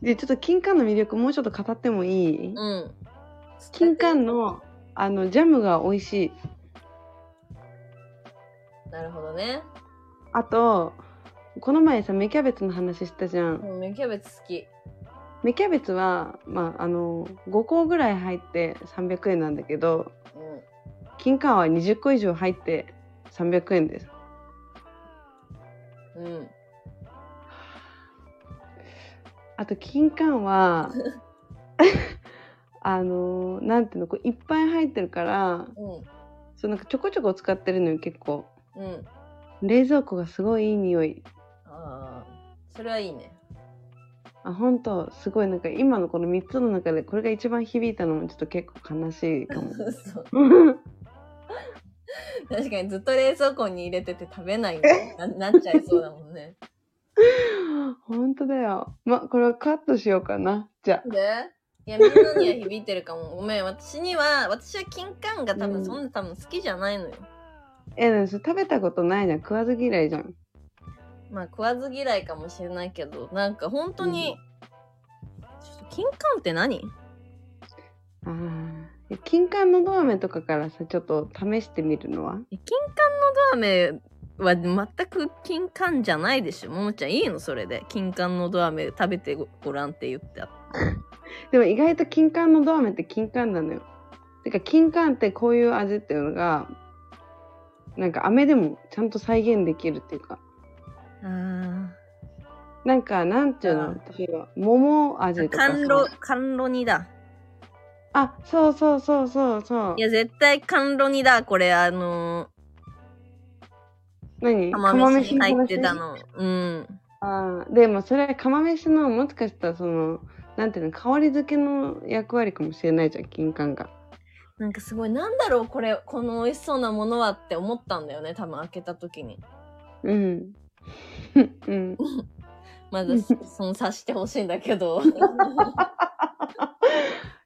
Speaker 1: でちょっと金柑の魅力もうちょっと語ってもいい
Speaker 2: うん。
Speaker 1: 金柑のあのジャムが美味しい
Speaker 2: なるほどね。
Speaker 1: あとこの前さ芽キャベツの話したじゃん
Speaker 2: もう芽キャベツ好き。
Speaker 1: 芽キャベツは、まあ、あの5個ぐらい入って300円なんだけど
Speaker 2: うん。
Speaker 1: 金柑は20個以上入って300円です
Speaker 2: うん。
Speaker 1: あと金柑はあのなんていうのこういっぱい入ってるから
Speaker 2: うん。
Speaker 1: そうなんかちょこちょこ使ってるのよ結構
Speaker 2: うん。
Speaker 1: 冷蔵庫がすごいいい匂い
Speaker 2: ああ。それはいいね。 <laughs>
Speaker 1: あ本当すごいなんか今のこの3つの中でこれが一番響いたのもちょっと結構悲しいかも
Speaker 2: そう。確かにずっと冷蔵庫に入れてて食べないみたいにななっちゃいそうだもんね。
Speaker 1: 本当だよ。ま、これはカットしようかな。じゃあ。
Speaker 2: でいやみんなには響いてるかも。ごめん、私には、私は金柑が多
Speaker 1: う
Speaker 2: 分
Speaker 1: ん
Speaker 2: そんな多分好きじゃないのよ。
Speaker 1: え、でもそれ食べたことないじゃん。食わず嫌いじゃん。
Speaker 2: まあ食わず嫌いかもしれないけど、なんか本当に、ちょっと金柑って何
Speaker 1: ああ。金柑のドアメとかからさ、ちょっと試してみるのは
Speaker 2: え金柑のドアメは全く金柑じゃないでしょ。ももちゃんいいのそれで。金柑のドアメ食べてごごらんって言ってあった。
Speaker 1: でも意外と金柑のドアメって金柑なのよ。てか金柑ってこういう味っていうのが、なんか飴でもちゃんと再現できるっていうか。
Speaker 2: あ
Speaker 1: なんか、なんていう
Speaker 2: あ
Speaker 1: の例えば、桃味とかさ。
Speaker 2: 甘露、甘露煮だ。
Speaker 1: あ、そうそうそうそうそう
Speaker 2: い。や、絶対甘露煮だ。これ、あの
Speaker 1: 何
Speaker 2: ー、釜飯に
Speaker 1: 釜
Speaker 2: 入
Speaker 1: 話
Speaker 2: ってたの。うん。
Speaker 1: あーでもそれは釜飯のもしかしたらそのなんていうの香り付けの役割かもしれないじゃん金柑が
Speaker 2: なんかすごい、なんだろう、これ、この美味しそうなものはって思ったんだよね。多分開けた時に。
Speaker 1: うんうん <laughs>
Speaker 2: まだ、その察してほしいんだけど。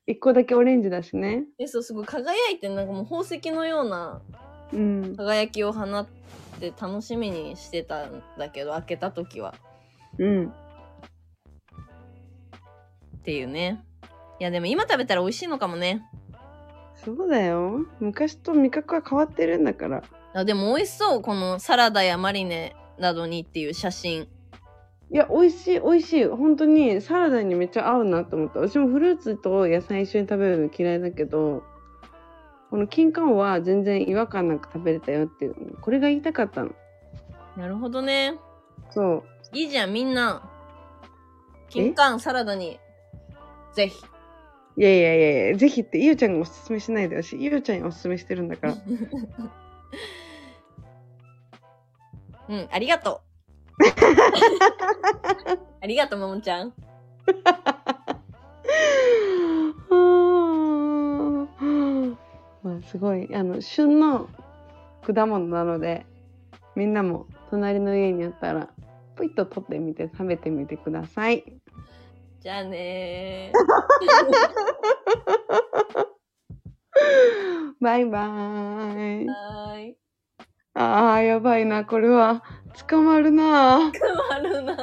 Speaker 1: 一個だけオレンジだしね
Speaker 2: え、そう、すごい輝いて、なんかもう宝石のような
Speaker 1: うん
Speaker 2: 輝きを放って楽しみにしてたんだけど、開けた時は。
Speaker 1: うん
Speaker 2: っていうね。いや、でも今食べたら美味しいのかもね。
Speaker 1: そうだよ昔と味覚は変わってるんだから
Speaker 2: あでも美味しそう、このサラダやマリネなどにっていう写真。
Speaker 1: いや美味しい美味しい本当にサラダにめっちゃ合うなと思った私もフルーツと野菜一緒に食べるの嫌いだけどこの金柑は全然違和感なく食べれたよっていうこれが言いたかったの
Speaker 2: なるほどね。
Speaker 1: そう
Speaker 2: いいじゃん、みんな。金柑サラダに、ぜひ。
Speaker 1: いやいやいやいや、ぜひって、ゆうちゃんがおすすめしないで、私、ゆうちゃんにおすすめしてるんだから。
Speaker 2: うん、ありがとう。 <laughs> ありがとう、ももちゃん。
Speaker 1: まあ、すごい、あの、旬の果物なので、みんなも隣の家にあったら、ポイッと取ってみて食べてみてください。
Speaker 2: じゃあね
Speaker 1: バイバーイ
Speaker 2: ー。。は <laughs> ーい。
Speaker 1: ああ、やばいな、これは。捕まるな。
Speaker 2: 困るな。